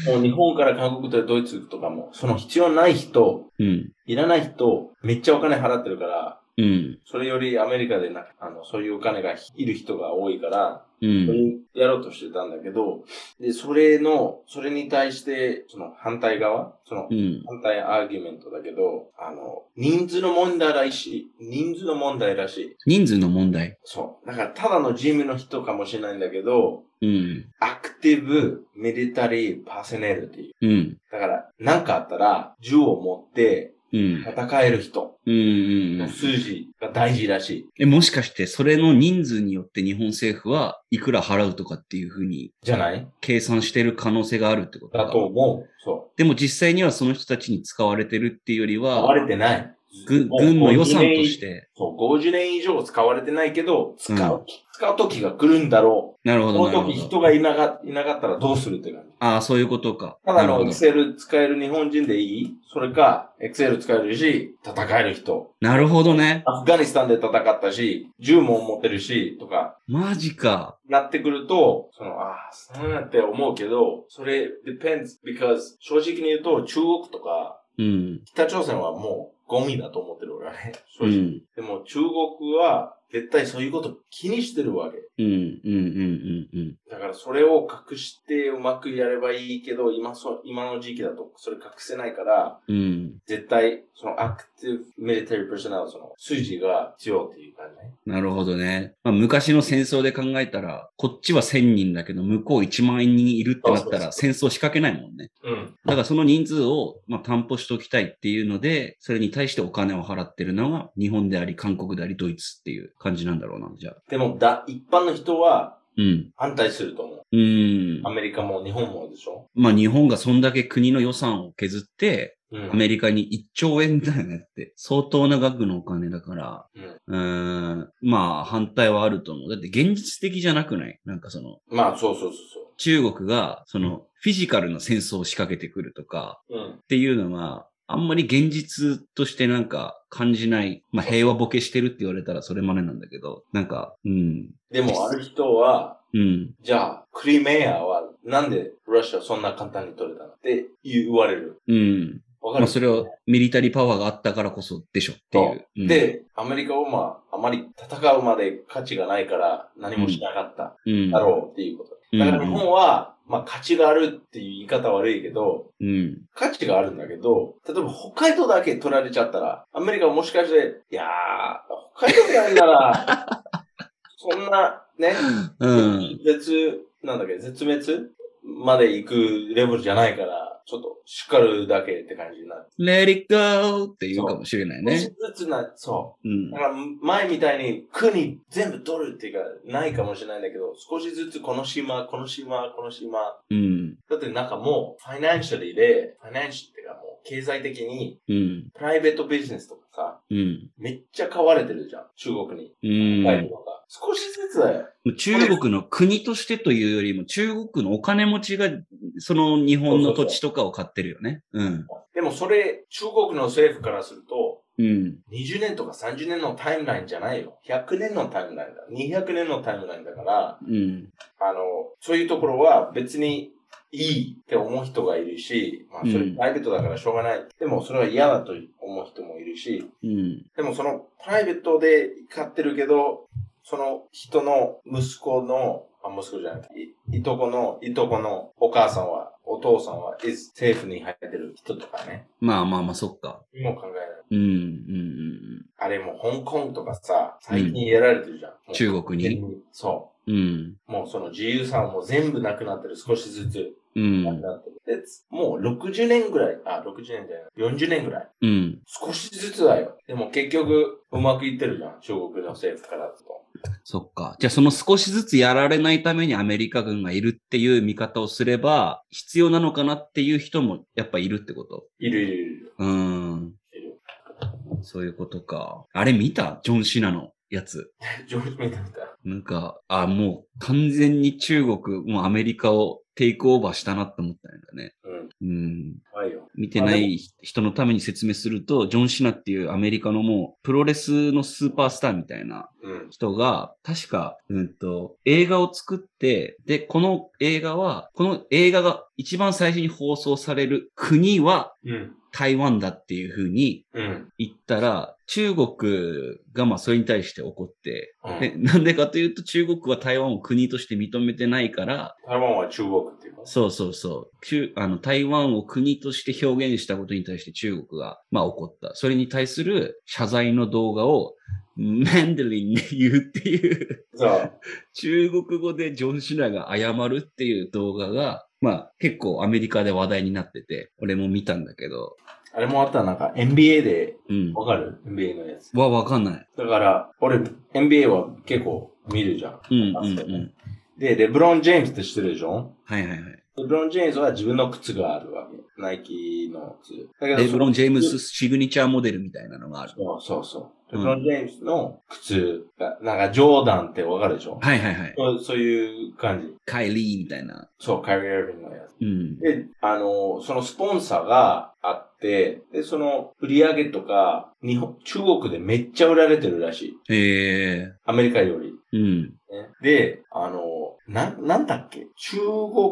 Speaker 2: もう日本から韓国とかドイツとかも、その必要ない人、
Speaker 1: うん。
Speaker 2: いらない人、めっちゃお金払ってるから、
Speaker 1: うん。
Speaker 2: それよりアメリカでなんか、あの、そういうお金がいる人が多いから、
Speaker 1: う
Speaker 2: それ
Speaker 1: ん。
Speaker 2: をやろうとしてたんだけど、で、それの、それに対して、その反対側、その
Speaker 1: うん。
Speaker 2: 反対アーギュメントだけど、あの、人数の問題らしい、人数の問題らしい。
Speaker 1: 人数の問題。
Speaker 2: そう。だから、ただのジムの人かもしれないんだけど、
Speaker 1: うん。
Speaker 2: アクティブ、ミリタリー、パーセネルっていう。
Speaker 1: うん。
Speaker 2: だから、何かあったら、銃を持って
Speaker 1: うん。
Speaker 2: 戦える人
Speaker 1: うんうんう
Speaker 2: の
Speaker 1: ん。
Speaker 2: 数字が大事らしい。
Speaker 1: え、もしかして、それの人数によって日本政府はいくら払うとかっていうふうに
Speaker 2: じゃない
Speaker 1: 計算してる可能性があるってことか
Speaker 2: だと思う。そ
Speaker 1: でも実際にはその人たちに使われてるっていうより
Speaker 2: う。壊
Speaker 1: は、
Speaker 2: れてない。
Speaker 1: 軍軍の予算として。
Speaker 2: もう50年。そう、50年以上使われてないけど、使う、
Speaker 1: う
Speaker 2: 使う時が来るんだろ
Speaker 1: なるほ
Speaker 2: う。
Speaker 1: ど、
Speaker 2: こ
Speaker 1: なる
Speaker 2: の
Speaker 1: ほ
Speaker 2: 時
Speaker 1: ど。
Speaker 2: 人がいなかいなかったらどうするって感じ。
Speaker 1: ああ、そういうことか。
Speaker 2: ただ
Speaker 1: なる
Speaker 2: の
Speaker 1: ほ
Speaker 2: エ
Speaker 1: ど
Speaker 2: ク。セル使える日本人でいいそれか、エクセル使えるし、戦える人。
Speaker 1: なるほどね。
Speaker 2: アフガニスタンで戦ったし、銃も持ってるし、とか、
Speaker 1: マジか。
Speaker 2: なってくると、その、ああ、そうなんって思うけど、それ、depends, because, 正直に言うと、中国とか、
Speaker 1: うん。
Speaker 2: 北朝鮮はもう、ゴミだと思ってる俺はね。正
Speaker 1: う
Speaker 2: 直。
Speaker 1: ん。
Speaker 2: でも、中国は、絶対そういうこと気にしてるわけ。
Speaker 1: うん。うん。うん。うん。うん。
Speaker 2: だから、それを隠してうまくやればいいけど、今そ、今の時期だと、それ隠せないから、
Speaker 1: うん。
Speaker 2: 絶対、その、アクティブミリタリープ s ナル、その、数字が必要っていう感じね。
Speaker 1: なるほどね。まあ、昔の戦争で考えたら、こっちは1000人だけど、向こう1万人いるってなっ
Speaker 2: そうそう
Speaker 1: た
Speaker 2: そう
Speaker 1: ら、戦争仕掛けないもんね。
Speaker 2: うん。
Speaker 1: だからその人数を、まあ、担保しておきたいっていうので、それに対してお金を払ってるのが日本であり、韓国であり、ドイツっていう感じなんだろうな、じゃあ。
Speaker 2: でも、だ、一般の人は、
Speaker 1: うん。
Speaker 2: 反対すると思う。
Speaker 1: うーん
Speaker 2: ア。メリカも日本もでしょ
Speaker 1: まあ日本がそんだけ国の予算を削って、
Speaker 2: うん
Speaker 1: アメリカに1兆円だよねって、相当な額のお金だから、
Speaker 2: うん
Speaker 1: うーん、まあ反対はあると思う。だって現実的じゃなくないなんかその、
Speaker 2: まあ、そうそうそ
Speaker 1: 中国がそのフィジカルの戦争を仕掛けてくるとか
Speaker 2: うそう。うん
Speaker 1: っ。ていうのは、あんまり現実としてなんか感じない、まあ平和ボケしてるって言われたらそれまでなんだけど、なんか、うん、
Speaker 2: でも、ある人は、
Speaker 1: うん、
Speaker 2: じゃあ、クリメアは、なんで、ロシアそんな簡単に取れたのって言われる。
Speaker 1: うん。
Speaker 2: わ
Speaker 1: ま
Speaker 2: かる、
Speaker 1: あそれはミリタリーパワーがあったからこそでしょっていう。うん、
Speaker 2: で、アメリカはまあ、あまり戦うまで価値がないから、何もしなかった。
Speaker 1: うん、
Speaker 2: だろうっていうこと。
Speaker 1: うん
Speaker 2: だから日本は、まあ、価値があるっていう言い方悪いけど、
Speaker 1: うん。
Speaker 2: 価値があるんだけど、例えば北海道だけ取られちゃったら、アメリカはもしかして、いやー、北海道じゃないから、そんな、ね、
Speaker 1: うん。
Speaker 2: 絶、なんだっけ、絶滅まで行くレベルじゃないから、ちょっと、しっかるだけって感じになる。
Speaker 1: Let it go! って言うかもしれない
Speaker 2: ね
Speaker 1: ね。、
Speaker 2: ずつな、そうう。
Speaker 1: ん
Speaker 2: だ。から、前みたいに国全部取るっていうか、ないかもしれないんだけど、少しずつこの島、この島、この島。
Speaker 1: うん。
Speaker 2: だってなんかもう、ファイナンシャリーで、ファイナンシャリーっていうかもう、経済的に、
Speaker 1: うん。
Speaker 2: プライベートビジネスとかさ、
Speaker 1: うん。
Speaker 2: めっちゃ買われてるじゃん。中国に。
Speaker 1: うん
Speaker 2: 外国。が少しずつだよ。
Speaker 1: 中国の国としてというよりも、中国のお金持ちが、その日本の土地とかを買ってるよね。うん。
Speaker 2: でもそれ、中国の政府からすると、
Speaker 1: うん。
Speaker 2: 20年とか30年のタイムラインじゃないよ。100年のタイムラインだ。200年のタイムラインだから、
Speaker 1: うん。
Speaker 2: あの、そういうところは別にいいって思う人がいるし、まあそれ
Speaker 1: うん
Speaker 2: プライベートだからしょうがない。でもそれは嫌だと思う人もいるし、
Speaker 1: うん。
Speaker 2: でもそのプライベートで買ってるけど、その人の息子の、あ、息子じゃない、いいとこの、いとこのお母さんは、お父さんは、is 政府に入ってる人とかね、
Speaker 1: まあまあまあ、そっか。
Speaker 2: もう考えな
Speaker 1: う
Speaker 2: い。
Speaker 1: ん。うん。
Speaker 2: あれもう香港とかさ、最近やられてるじゃん。もう
Speaker 1: 中国に。
Speaker 2: そ
Speaker 1: うん。
Speaker 2: う。もうその自由さはもう全部なくなってる。少しずつ
Speaker 1: う
Speaker 2: なく
Speaker 1: ん。
Speaker 2: なってる。で、もう60年ぐらい、あ、60年じゃない、40年ぐらい。
Speaker 1: うん。
Speaker 2: 少しずつだよ。でも結局、うまくいってるじゃん。中国の政府からだと。
Speaker 1: そっか。じゃあその少しずつやられないためにアメリカ軍がいるっていう見方をすれば、必要なのかなっていう人もやっぱいるってこと
Speaker 2: いるいるいる。
Speaker 1: うーん。そういうことか。あれ見たジョン・シナのやつ。
Speaker 2: 上手見た見た。
Speaker 1: なんか、あ、もう完全に中国、もうアメリカをテイクオーバーしたなって思ったんだね。
Speaker 2: うん。
Speaker 1: うん。
Speaker 2: 怖いよ。
Speaker 1: 見てない人のために説明すると、ジョン・シナっていうアメリカのもうプロレスのスーパースターみたいな
Speaker 2: うん。
Speaker 1: 人が、確か、うんと、映画を作って、で、この映画は、この映画が一番最初に放送される国は
Speaker 2: うん。
Speaker 1: 台湾だっていう風に
Speaker 2: うん。
Speaker 1: 行ったら、中国がまあそれに対して怒って、
Speaker 2: うん
Speaker 1: でなんでかというと中国は台湾を国として認めてないから、
Speaker 2: 台湾は中国っていうの
Speaker 1: そうそうそう、中あの台湾を国として表現したことに対して中国がまあ怒った。それに対する謝罪の動画をマンデリンで言うっていう、
Speaker 2: そう。
Speaker 1: 中国語でジョン・シナが謝るっていう動画が、まあ結構アメリカで話題になってて、俺も見たんだけど、
Speaker 2: あれもあったなんか NBA で、
Speaker 1: うん。
Speaker 2: わかる ?NBA のやつ。
Speaker 1: はわかんない。
Speaker 2: だから、俺、NBA は結構見るじゃん。
Speaker 1: うんうんうん。
Speaker 2: で、レブロン・ジェームズって知ってるでしょ
Speaker 1: はいはいはい。
Speaker 2: レブロン・ジェームズは自分の靴があるわけ。ナイキの靴。だけど
Speaker 1: レブロン・ジェームズシグニチャーモデルみたいなのがある。
Speaker 2: そうそうそう。
Speaker 1: うん
Speaker 2: レブロン・ジェームズの靴が、なんかジョーダンってわかるでしょ、
Speaker 1: はいはいはい。
Speaker 2: そうそういう感じ。
Speaker 1: カイリーみたいな。
Speaker 2: そう、カイリー・エルビンのやつ。
Speaker 1: うん。
Speaker 2: で、あの、そのスポンサーがあって、で、その売り上げとか、日本、中国でめっちゃ売られてるらしい。
Speaker 1: へえ
Speaker 2: アメリカより。
Speaker 1: うん。
Speaker 2: ねで、あの、なん、なんだっけ中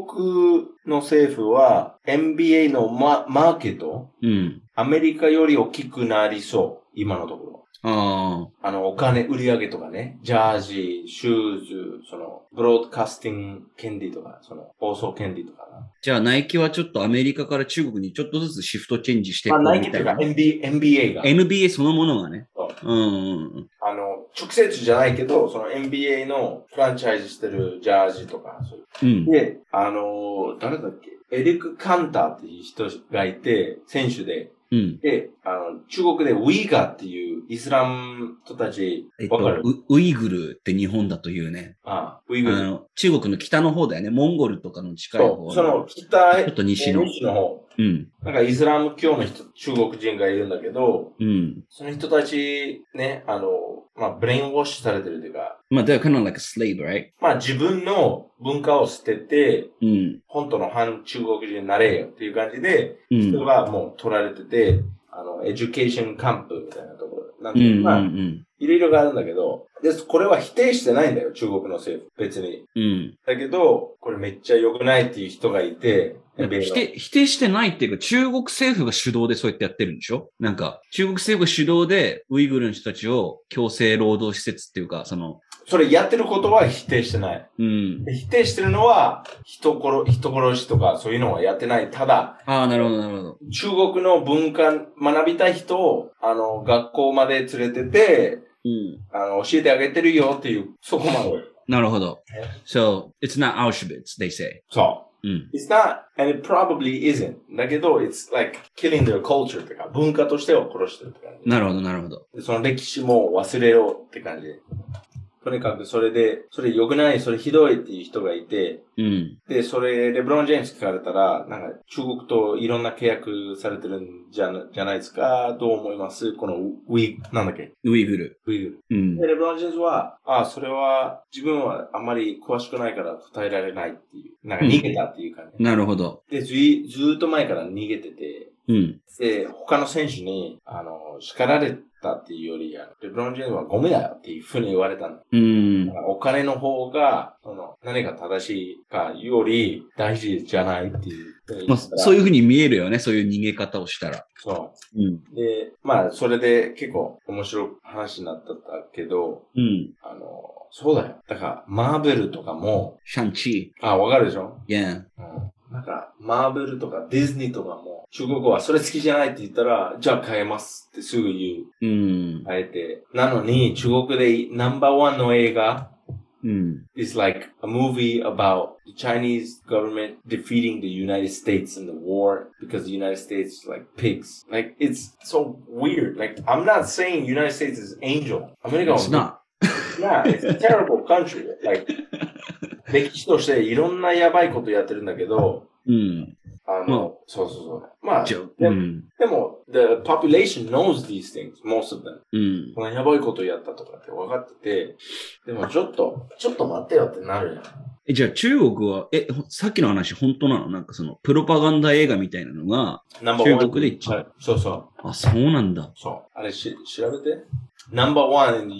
Speaker 2: 国の政府は NBA のママーケット、
Speaker 1: うん。
Speaker 2: アメリカより大きくなりそう。今のところ。
Speaker 1: あ
Speaker 2: あの、お金、売り上げとかね、ジャージ、シューズ、その、ブロードカスティング権利とか、その、放送権利とかな
Speaker 1: あ。。じゃあ、ナイキはちょっとアメリカから中国にちょっとずつシフトチェンジしてい
Speaker 2: まあ、ナイキ
Speaker 1: み
Speaker 2: って
Speaker 1: た
Speaker 2: い
Speaker 1: いう
Speaker 2: か
Speaker 1: な。
Speaker 2: NBA, NBA が、
Speaker 1: NBA そのものがね
Speaker 2: そう。
Speaker 1: うんうんうん。
Speaker 2: あの、直接じゃないけど、その NBA のフランチャイズしてるジャージとか、そういう
Speaker 1: うん。
Speaker 2: で、あのー誰だっけエリック・カンターっていう人がいて、選手で。
Speaker 1: うん。
Speaker 2: で、あの、中国でウィーガーっていうイスラム人たち、
Speaker 1: えっと
Speaker 2: わかる、
Speaker 1: ウウイグルって日本だというね。
Speaker 2: あウィ
Speaker 1: あ
Speaker 2: ーガー。
Speaker 1: の、中国の北の方だよね。モンゴルとかの近い
Speaker 2: そ
Speaker 1: 方。
Speaker 2: う、その、北へ、
Speaker 1: ちょっと西の
Speaker 2: 西の方。
Speaker 1: うん。
Speaker 2: なんかイスラム教の人、中国人がいるんだけど、
Speaker 1: うん。
Speaker 2: その人たち、ね、あの、まあ、ブレインウォッシュされてるというか、
Speaker 1: まあ、they're kind of like a slave, right?
Speaker 2: まあ、自分の文化を捨てて、
Speaker 1: うん。
Speaker 2: 本当の反中国人になれよっていう感じで、
Speaker 1: う
Speaker 2: 人
Speaker 1: ん。
Speaker 2: がもう取られてて、あの、エデュケーションカンプみたいなところ。なん
Speaker 1: う
Speaker 2: て
Speaker 1: ん。う
Speaker 2: まあ、
Speaker 1: ん。
Speaker 2: いろいろがあるんだけど、で、これは否定してないんだよ、中国の政府。別に。
Speaker 1: うん。
Speaker 2: だけど、これめっちゃ良くないっていう人がいて、
Speaker 1: なんか
Speaker 2: 米
Speaker 1: 否
Speaker 2: の
Speaker 1: 定否定してないっていうか、中国政府が主導でそうやってやってるんでしょなんか、中国政府が主導で、ウイグルの人たちを強制労働施設っていうか、その、
Speaker 2: それやってることは否定してない。
Speaker 1: うん。
Speaker 2: で否定してるのは、人殺、人殺しとかそういうのはやってない。ただ、
Speaker 1: ああ、なるほど、なるほど。
Speaker 2: 中国の文化、学びたい人を、あの、学校まで連れてて、
Speaker 1: うん。
Speaker 2: あの、教えてあげてるよっていう、そこまで。
Speaker 1: なるほど
Speaker 2: え。
Speaker 1: So, it's not Auschwitz, they say.
Speaker 2: そう。
Speaker 1: うん。
Speaker 2: It's not, and it probably isn't. だけど、it's like killing their culture ってか、文化としては殺してるって感じ。
Speaker 1: なるほど、なるほど。
Speaker 2: でその歴史も忘れろって感じ。とにかくそれで、それ良くない、それひどいっていう人がいて、
Speaker 1: うん。
Speaker 2: で、それ、レブロン・ジェームズ聞かれたら、なんか、中国といろんな契約されてるんじゃな、じゃないですか、どう思いますこのウィー、なんだっけ
Speaker 1: ウイグル。
Speaker 2: ウィーグル。
Speaker 1: うん
Speaker 2: で、。レブロン・ジェームズは、ああ、それは、自分はあんまり詳しくないから答えられないっていう、なんか逃げたっていう感じ。
Speaker 1: なるほど。
Speaker 2: で、ずい、ずーっと前から逃げてて、
Speaker 1: うん。
Speaker 2: で、他の選手に、あの、叱られたっていうより、あのレブロン・ジェームズはゴミだよっていうふうに言われたの。
Speaker 1: うん
Speaker 2: だか。らお金の方が、その、何が正しいかより大事じゃないっていうふうに
Speaker 1: ま
Speaker 2: 言
Speaker 1: あ、
Speaker 2: ったら。
Speaker 1: そういうふうに見えるよね。そういう逃げ方をしたら。
Speaker 2: そ
Speaker 1: うん。
Speaker 2: う。で、まあ、それで結構面白い話になったんだけど、
Speaker 1: うん。
Speaker 2: あの、そうだよ。だから、マーベルとかも、
Speaker 1: シャンチ
Speaker 2: あ、わかるでしょ
Speaker 1: ー。Yeah.
Speaker 2: うんなんか、マーベルとかディズニーとかも、中国語はそれ好きじゃないって言ったら、じゃあ変えますってすぐ言う。
Speaker 1: うん。
Speaker 2: 変えて。なのに、中国でナンバーワンの映画、
Speaker 1: うん。
Speaker 2: is like a movie about the Chinese government defeating the United States in the war because the United States is like pigs. Like, it's so weird. Like, I'm not saying United States is angel. アメリカは
Speaker 1: It's not.
Speaker 2: Yeah, it's a terrible country. Like, 歴史としていろんなやばいことやってるんだけど、
Speaker 1: うん。
Speaker 2: あ
Speaker 1: まあ
Speaker 2: の、そうそうそう。まあ、
Speaker 1: じゃ
Speaker 2: で
Speaker 1: あうん。
Speaker 2: も、the population knows these things, most of them.
Speaker 1: うん。
Speaker 2: このやばいことやったとかって分かってて、でもちょっと、ちょっと待ってよってなるじゃん。
Speaker 1: え、じゃあ中国は、え、ほさっきの話本当なのなんかその、プロパガンダ映画みたいなのが、
Speaker 2: ナンバーワン。
Speaker 1: 中国で一番
Speaker 2: はいそうそう。
Speaker 1: あ、そうなんだ。
Speaker 2: そう。あれし、調べて。ナンバーワン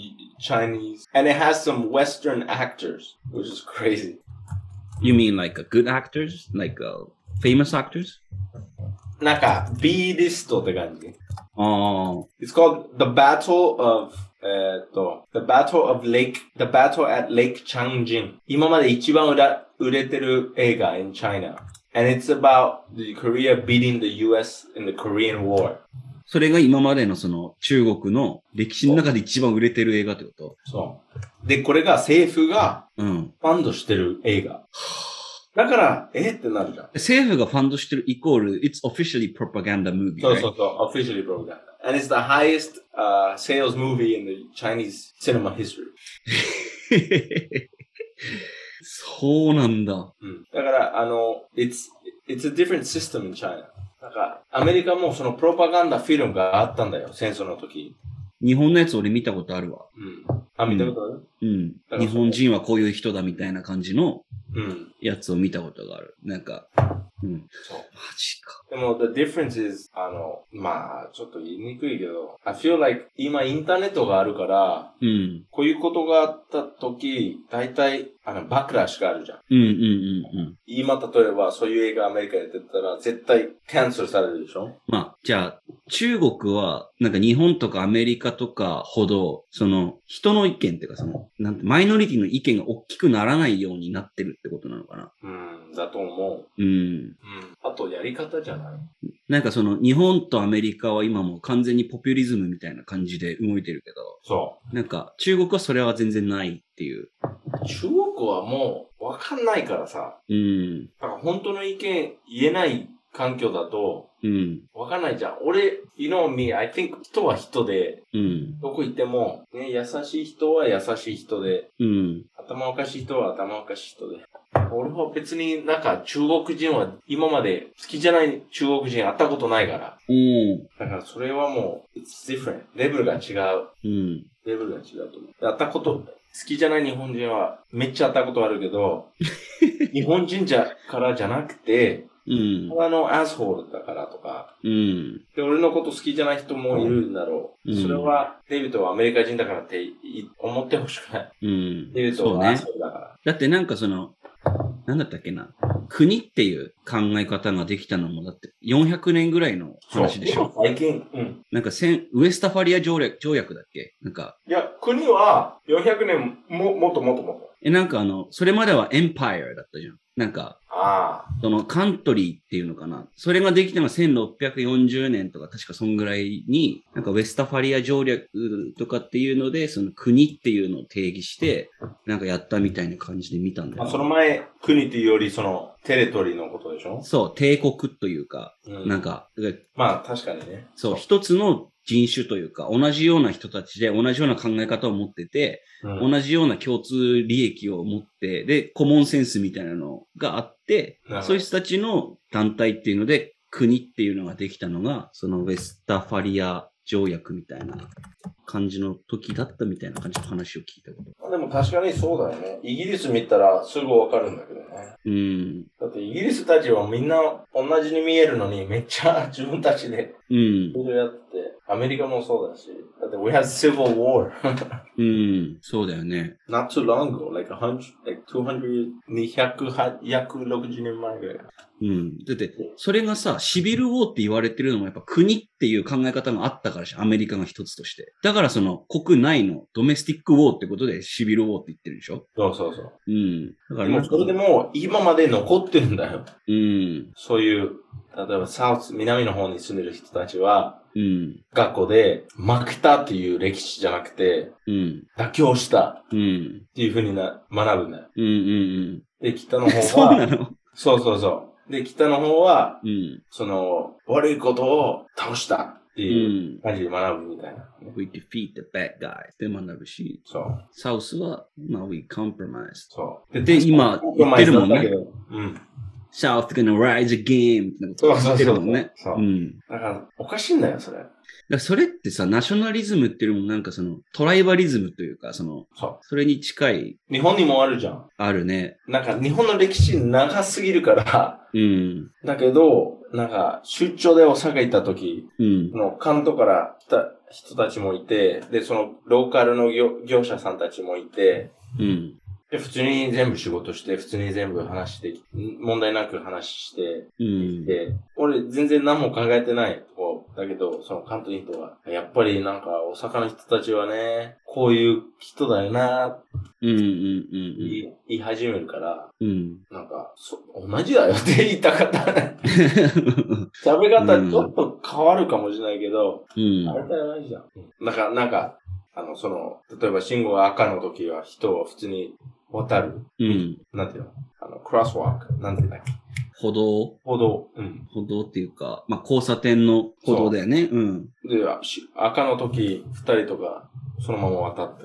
Speaker 2: Chinese. And it has some Western actors, which is crazy.
Speaker 1: You mean like a good actors? Like a famous actors?
Speaker 2: なんか、B リストって感じ。
Speaker 1: ああ。
Speaker 2: It's called The Battle of えーっと、The Battle of Lake, The Battle at Lake Changjin. 今まで一番売ら売れてる映画 in China. And it's about the Korea beating the US in the Korean War.
Speaker 1: それが今までのその中国の歴史の中で一番売れてる映画ってこと
Speaker 2: そう。で、これが政府が
Speaker 1: うん。
Speaker 2: ファンドしてる映画。だから、えってなるじゃん。
Speaker 1: 政府がファンドしてるイコール、it's officially propaganda movie.
Speaker 2: そう
Speaker 1: right?
Speaker 2: そうそう、officially program. And it's the highest、uh, sales movie in the Chinese cinema history.
Speaker 1: そうなんだ。
Speaker 2: うんだから、あの、it's, it's a different system in China. なんか、アメリカもそのプロパガンダフィルムがあったんだよ、戦争の時。
Speaker 1: 日本のやつ俺見たことあるわ。
Speaker 2: うん。あ、見たことある
Speaker 1: うん
Speaker 2: だか。ら
Speaker 1: 日本人はこういう人だみたいな感じの
Speaker 2: うん。
Speaker 1: やつを見たことがある。なんか、うん。マ
Speaker 2: そう。
Speaker 1: ジか。
Speaker 2: でも、the difference is, あの、まあ、ちょっと言いにくいけど、I feel like 今インターネットがあるから、
Speaker 1: うん。
Speaker 2: こういうことがあった時、大体、あの、バックラッシュがあるじゃん。
Speaker 1: うんうんうんうん。
Speaker 2: 今、例えば、そういう映画アメリカで出たら、絶対、キャンセルされるでしょ
Speaker 1: まあ、じゃあ、中国は、なんか日本とかアメリカとかほど、その、人の意見っていうか、その、なんて、マイノリティの意見が大きくならないようになってるってことなのかな。
Speaker 2: うん、だと思う。
Speaker 1: うん。
Speaker 2: うん。あと、やり方じゃない
Speaker 1: なんかその、日本とアメリカは今もう完全にポピュリズムみたいな感じで動いてるけど、
Speaker 2: そう。
Speaker 1: なんか、中国はそれは全然ないっていう。
Speaker 2: 中国はもう分かんないからさ、
Speaker 1: うん。
Speaker 2: だから本当の意見言えない環境だと
Speaker 1: うん。
Speaker 2: 分かんないじゃん。俺、you know me, I think 人は人で、
Speaker 1: うん。
Speaker 2: どこ行っても、ね、優しい人は優しい人で、
Speaker 1: うん。
Speaker 2: 頭おかしい人は頭おかしい人で。俺は別になんか中国人は今まで好きじゃない中国人会ったことないから。
Speaker 1: うん。
Speaker 2: だからそれはもう、it's different. レベルが違う。
Speaker 1: うん。
Speaker 2: レベルが違うと思う。会ったこと、好きじゃない日本人はめっちゃ会ったことある けど、日本人じゃからじゃなくて、
Speaker 1: うん
Speaker 2: た。だのアスホールだからとか、
Speaker 1: うん。
Speaker 2: で、俺のこと好きじゃない人もいるんだろう。
Speaker 1: うん
Speaker 2: それは、デイビッドはアメリカ人だからってい思ってほしくない。
Speaker 1: うん
Speaker 2: デイビ。ッド
Speaker 1: そう
Speaker 2: はア
Speaker 1: ね
Speaker 2: ス。ホールだから。
Speaker 1: だってなんかその、なんだったっけな、国っていう考え方ができたのも、だって400年ぐらいの話でしょ。
Speaker 2: そう最近、うん。
Speaker 1: なんかせんウエスタファリア条約条約だっけなんか、
Speaker 2: いや、国は400年も、もっともっともっと。
Speaker 1: え、なんかあの、それまではエンパイアだったじゃん。なんか、
Speaker 2: ああ。
Speaker 1: そのカントリーっていうのかな。それができたのが1640年とか、確かそんぐらいに、なんかウェスタファリア条約とかっていうので、その国っていうのを定義して、なんかやったみたいな感じで見たんだよ
Speaker 2: まあ、
Speaker 1: な。
Speaker 2: その前、国というより、その、テレトリーのことでしょ
Speaker 1: そう、帝国というか、
Speaker 2: う
Speaker 1: なん。か、
Speaker 2: まあ、確かにね。
Speaker 1: そう、一つの人種というか、同じような人たちで同じような考え方を持ってて、
Speaker 2: うん
Speaker 1: 同じような共通利益を持って、で、コモンセンスみたいなのがあって
Speaker 2: なるほ、ど
Speaker 1: そういう人たちの団体っていうので、国っていうのができたのが、そのウェスタファリア条約みたいな感じの時だったみたいな感じの話を聞いたこと。
Speaker 2: まあでも確かにそうだよね。イギリス見たらすぐわかるんだけどね。
Speaker 1: うん、
Speaker 2: だってイギリスたちはみんな同じに見えるのにめっちゃ自分たちで
Speaker 1: うん
Speaker 2: い、ろいろやってて、アメリカもそうだし。だって We had civil war.
Speaker 1: うん、そうだよね。
Speaker 2: Not too long ago, like 100, like 200, 260年前ぐらい。
Speaker 1: うん。だって、それがさ、シビルウォーって言われてるのもやっぱ国っていう考え方があったからじゃん。アメリカが一つとして。だからその国内のドメスティックウォーってことでシビルウォーって言ってるでしょ
Speaker 2: そうそうそう。
Speaker 1: うん。だから
Speaker 2: で
Speaker 1: な
Speaker 2: も
Speaker 1: んか
Speaker 2: それでもう今まで残ってるんだよ。
Speaker 1: うん。
Speaker 2: そういう、例えばサウス、南の方に住んでる人たちは、
Speaker 1: うん。
Speaker 2: 学校で負けたっていう歴史じゃなくて、
Speaker 1: うん。
Speaker 2: 妥協した。
Speaker 1: うん。
Speaker 2: っていうふうにな学ぶんだよ。
Speaker 1: うん。うん。
Speaker 2: で、北の方
Speaker 1: うん。
Speaker 2: は、
Speaker 1: そうなの
Speaker 2: そうそうそう。で、北の方は、
Speaker 1: うん。
Speaker 2: その、悪いことを倒したっ
Speaker 1: う。
Speaker 2: ていうん感じで学ぶみたいな。
Speaker 1: We defeat the bad guys って学ぶし、
Speaker 2: そう、
Speaker 1: サウスは、まあ、we compromise.
Speaker 2: そう。
Speaker 1: で、今言ってるもん
Speaker 2: だけ
Speaker 1: ね。
Speaker 2: どうん。
Speaker 1: South gonna rise again ってこと言ってるもんね。
Speaker 2: そうそう
Speaker 1: う
Speaker 2: そうそう
Speaker 1: ん。
Speaker 2: だから、おかしいんだよ、それ。
Speaker 1: だからそれってさ、ナショナリズムっていうのもなんかそのトライバリズムというか、その、
Speaker 2: そ
Speaker 1: それに近い、
Speaker 2: う。日本にもあるじゃん。
Speaker 1: あるね。
Speaker 2: なんか、日本の歴史長すぎるから、
Speaker 1: うん。
Speaker 2: だけど、なんか、出張で大阪行った時、
Speaker 1: うん
Speaker 2: そ。の関東から来た人たちもいて、で、そのローカルの業業者さんたちもいて、
Speaker 1: うん。
Speaker 2: で、普通に全部仕事して、普通に全部話して、ん問題なく話して、
Speaker 1: うん。
Speaker 2: で、俺全然何も考えてない方だけど、その関東の人は、やっぱりなんか大阪の人たちはね、こういう人だよなって
Speaker 1: うん。うん。
Speaker 2: 言い,、言い始めるから、
Speaker 1: うん。うん。
Speaker 2: なんか、そ同じだよって言いたかった ね。喋り方ちょっと変わるかもしれないけど、
Speaker 1: うん
Speaker 2: あ。れだよないじゃん。なんか、なんか、あの、その、例えば信号が赤の時は人は普通に渡る。
Speaker 1: うん。
Speaker 2: なんていうのあの、クロスワーク。なんていうんだっけ
Speaker 1: 歩道
Speaker 2: 歩道。うん。
Speaker 1: 歩道っていうか、まあ、交差点の歩道だよね。うん。
Speaker 2: で、あし赤の時、二人とか、そのまま渡って。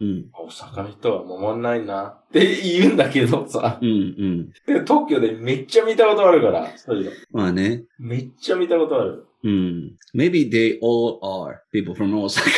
Speaker 1: うん。
Speaker 2: 大阪の人は守んないなって言うんだけどさ。
Speaker 1: うんうん。
Speaker 2: で、東京でめっちゃ見たことあるから、そういうの。
Speaker 1: まあね。
Speaker 2: めっちゃ見たことある。
Speaker 1: うん。Maybe they all are people from Osaka.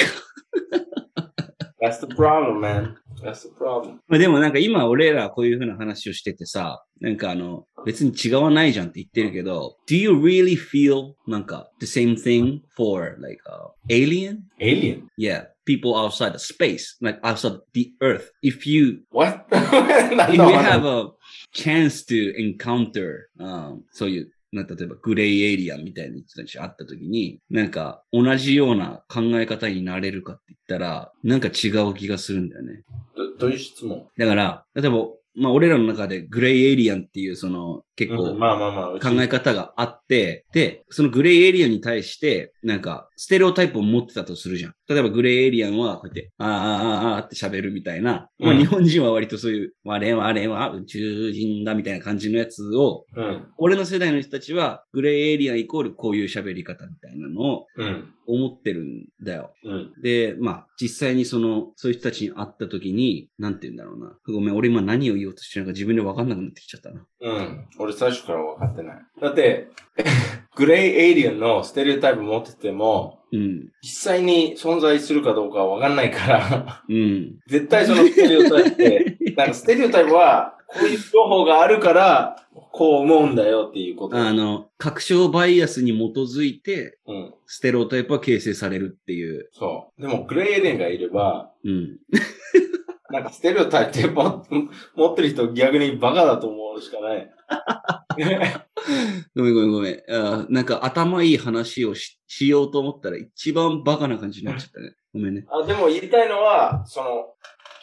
Speaker 2: That's the problem, man. That's the problem.
Speaker 1: まあでもなんか今俺らこういうふうな話をしててさ、なんかあの、別に違わないじゃんって言ってるけど、Do you really feel なんか the same thing for like、alien?
Speaker 2: Alien?
Speaker 1: Yeah, people outside of space, like outside the earth. If you
Speaker 2: What?
Speaker 1: if
Speaker 2: 何
Speaker 1: you
Speaker 2: の
Speaker 1: have a
Speaker 2: 話
Speaker 1: chance to encounter、um, そういう、な例えばグレイエリアみたいな人たちがあった時に、なんか同じような考え方になれるかって言ったら、なんか違う気がするんだよね。
Speaker 2: どどういう質問
Speaker 1: だから、例えば、まあ俺らの中でグレイエイリアンっていうその結
Speaker 2: う
Speaker 1: 構
Speaker 2: ん
Speaker 1: 考
Speaker 2: まあまあまあ。うち
Speaker 1: え方があって、で、そのグレイエイリアンに対して、なんかステレオタイプを持ってたとするじゃん。例えばグレイエイリアンはこうやって、ああああああって喋るみたいな、ま
Speaker 2: う
Speaker 1: あ
Speaker 2: ん
Speaker 1: 日本人は割とそういう、我々は宇宙人だみたいな感じのやつを、
Speaker 2: うん。
Speaker 1: 俺の世代の人たちはグレイエイリアンイコールこういう喋り方みたいなのを
Speaker 2: うん。
Speaker 1: 思ってるんだよ。
Speaker 2: うん。
Speaker 1: で、まあ、実際にその、そういう人たちに会った時に、なんて言うんだろうな。ごめん、俺今何を言おうとしてるのか自分で分かんなくなってきちゃったな。
Speaker 2: うん。俺最初から分かってない。だって、 グレイエイリアンのステレオタイプ持ってても、
Speaker 1: うん。
Speaker 2: 実際に存在するかどうかは分かんない から、
Speaker 1: うん。
Speaker 2: 絶対そのステレオタイプって、なんかステレオタイプは、こういう情報があるから、こう思うんだよっていうこと。
Speaker 1: あの、確証バイアスに基づいて、
Speaker 2: うん。
Speaker 1: ステレオタイプは形成されるっていう。
Speaker 2: そう。でも、グレイエイリアンがいれば、
Speaker 1: うん。
Speaker 2: なんかステレオタイプ持 持ってる人逆にバカだと思うし かない。
Speaker 1: ごめんごめんごめん。あーなんか頭いい話をししようと思ったら一番バカな感じになっちゃったね。ごめんね。
Speaker 2: あでも言いたいのは、その、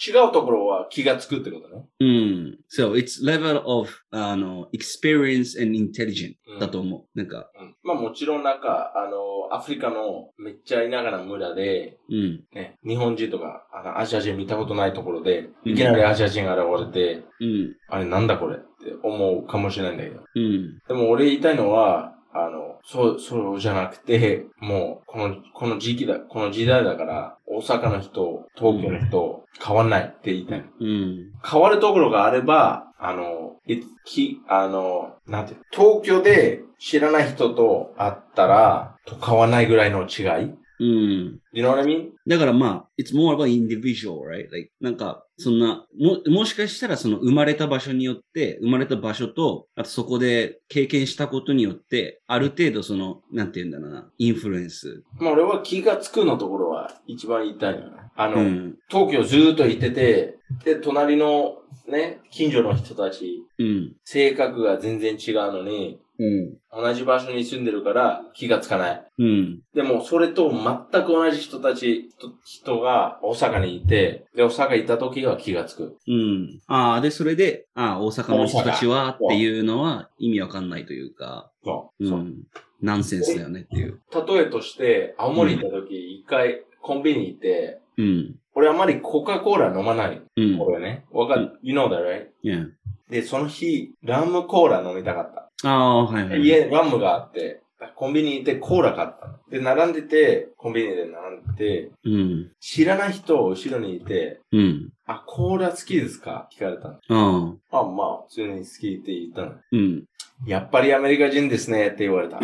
Speaker 2: 違うところは気がつくってことね。
Speaker 1: うん。So, it's level of, あの、experience and intelligence
Speaker 2: うん
Speaker 1: だと思う。なんか、
Speaker 2: うん。まあもちろんなんか、あの、アフリカのめっちゃ田舎な村で、
Speaker 1: うん。
Speaker 2: ね、日本人とか、あの、アジア人見たことないところで、
Speaker 1: うん
Speaker 2: いきなりアジア人が現れて、
Speaker 1: うん。
Speaker 2: あれなんだこれって思うかもしれないんだけど。
Speaker 1: うん。
Speaker 2: でも俺言いたいのは、あの、そう、そうじゃなくて、もう、この、この時期だ、この時代だから、大阪の人、東京の人、変わんないって言いたいの。
Speaker 1: うん。
Speaker 2: 変わるところがあれば、あの、いき、あの、なんていうの、東京で知らない人と会ったら、と変わんないぐらいの違い
Speaker 1: うん。
Speaker 2: You know what I mean?
Speaker 1: だからまあ、it's more about individual, right? Like, なんか、そんな、も、もしかしたらその生まれた場所によって、生まれた場所と、あとそこで経験したことによって、ある程度その、なんて言うんだろうな、インフルエンス。
Speaker 2: まあ俺は気がつくのところは一番言いたいのよね。あの、
Speaker 1: うん。
Speaker 2: 東京ずーっと行ってて、で、隣のね、近所の人たち、
Speaker 1: うん。
Speaker 2: 性格が全然違うのに、
Speaker 1: うん。
Speaker 2: 同じ場所に住んでるから気がつかない。
Speaker 1: うん。
Speaker 2: でも、それと全く同じ人たち、と人が大阪にいて、で、大阪行った時は気がつく。
Speaker 1: うん。ああ、で、それで、ああ、大阪の人たちはっていうのは意味わかんないというか、
Speaker 2: そう。
Speaker 1: う。
Speaker 2: そうん
Speaker 1: ナンセンスだよねっていう。
Speaker 2: 例えとして、青森行った時、一回コンビニ行って、
Speaker 1: うん。
Speaker 2: 俺あまりコカ・コーラ飲まない。
Speaker 1: うん。
Speaker 2: 俺ね。わかる ?You know that, right?
Speaker 1: Yeah.
Speaker 2: で、その日、ラムコーラ飲みたかった。
Speaker 1: ああ、はいはい。
Speaker 2: 家、ラムがあって、コンビニに行ってコーラ買ったの。で、並んでて、コンビニで並んでて、
Speaker 1: うん。
Speaker 2: 知らない人を後ろにいて、
Speaker 1: うん。
Speaker 2: あ、コーラ好きですか聞かれたの。
Speaker 1: ああ。
Speaker 2: あ、まあ、普通に好きって言ったの。
Speaker 1: うん。
Speaker 2: やっぱりアメリカ人ですねって言 われた。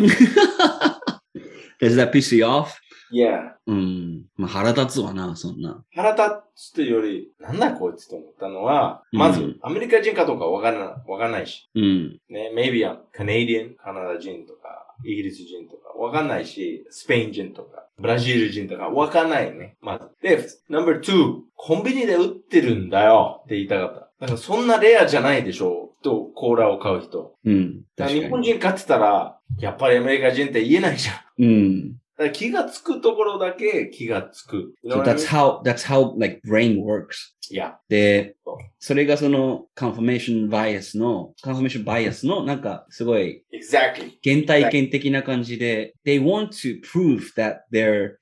Speaker 1: Does that piss you off?
Speaker 2: いや、
Speaker 1: うん。まあ、腹立つわな、そんな。
Speaker 2: 腹立つというより、なんだこいつと思ったのは、まず、
Speaker 1: うん
Speaker 2: アメリカ人かどうかわからな、わかんないし、
Speaker 1: うん。
Speaker 2: ね、maybe I'm Canadian、カナダ人とか、イギリス人とか、わかんないし、スペイン人とか、ブラジル人とか、わかんないね。まず。で、number two、コンビニで売ってるんだよって言いたかった。だからそんなレアじゃないでしょと、コーラを買う人。
Speaker 1: うん。
Speaker 2: だか
Speaker 1: 確
Speaker 2: ら日
Speaker 1: か
Speaker 2: 本
Speaker 1: に。
Speaker 2: 人買ってたら、やっぱりアメリカ人って言えないじゃん。だ
Speaker 1: うん。
Speaker 2: から気がつくところだけ気がつく。
Speaker 1: So that's how, that's how, like, brain works.
Speaker 2: いや。
Speaker 1: で
Speaker 2: そう、
Speaker 1: それがその、カンフォメーションバイアスの、カンフォメーションバイアスの、なんか、すごい、
Speaker 2: exactly.
Speaker 1: 原体験的な感じで、they want to prove that their,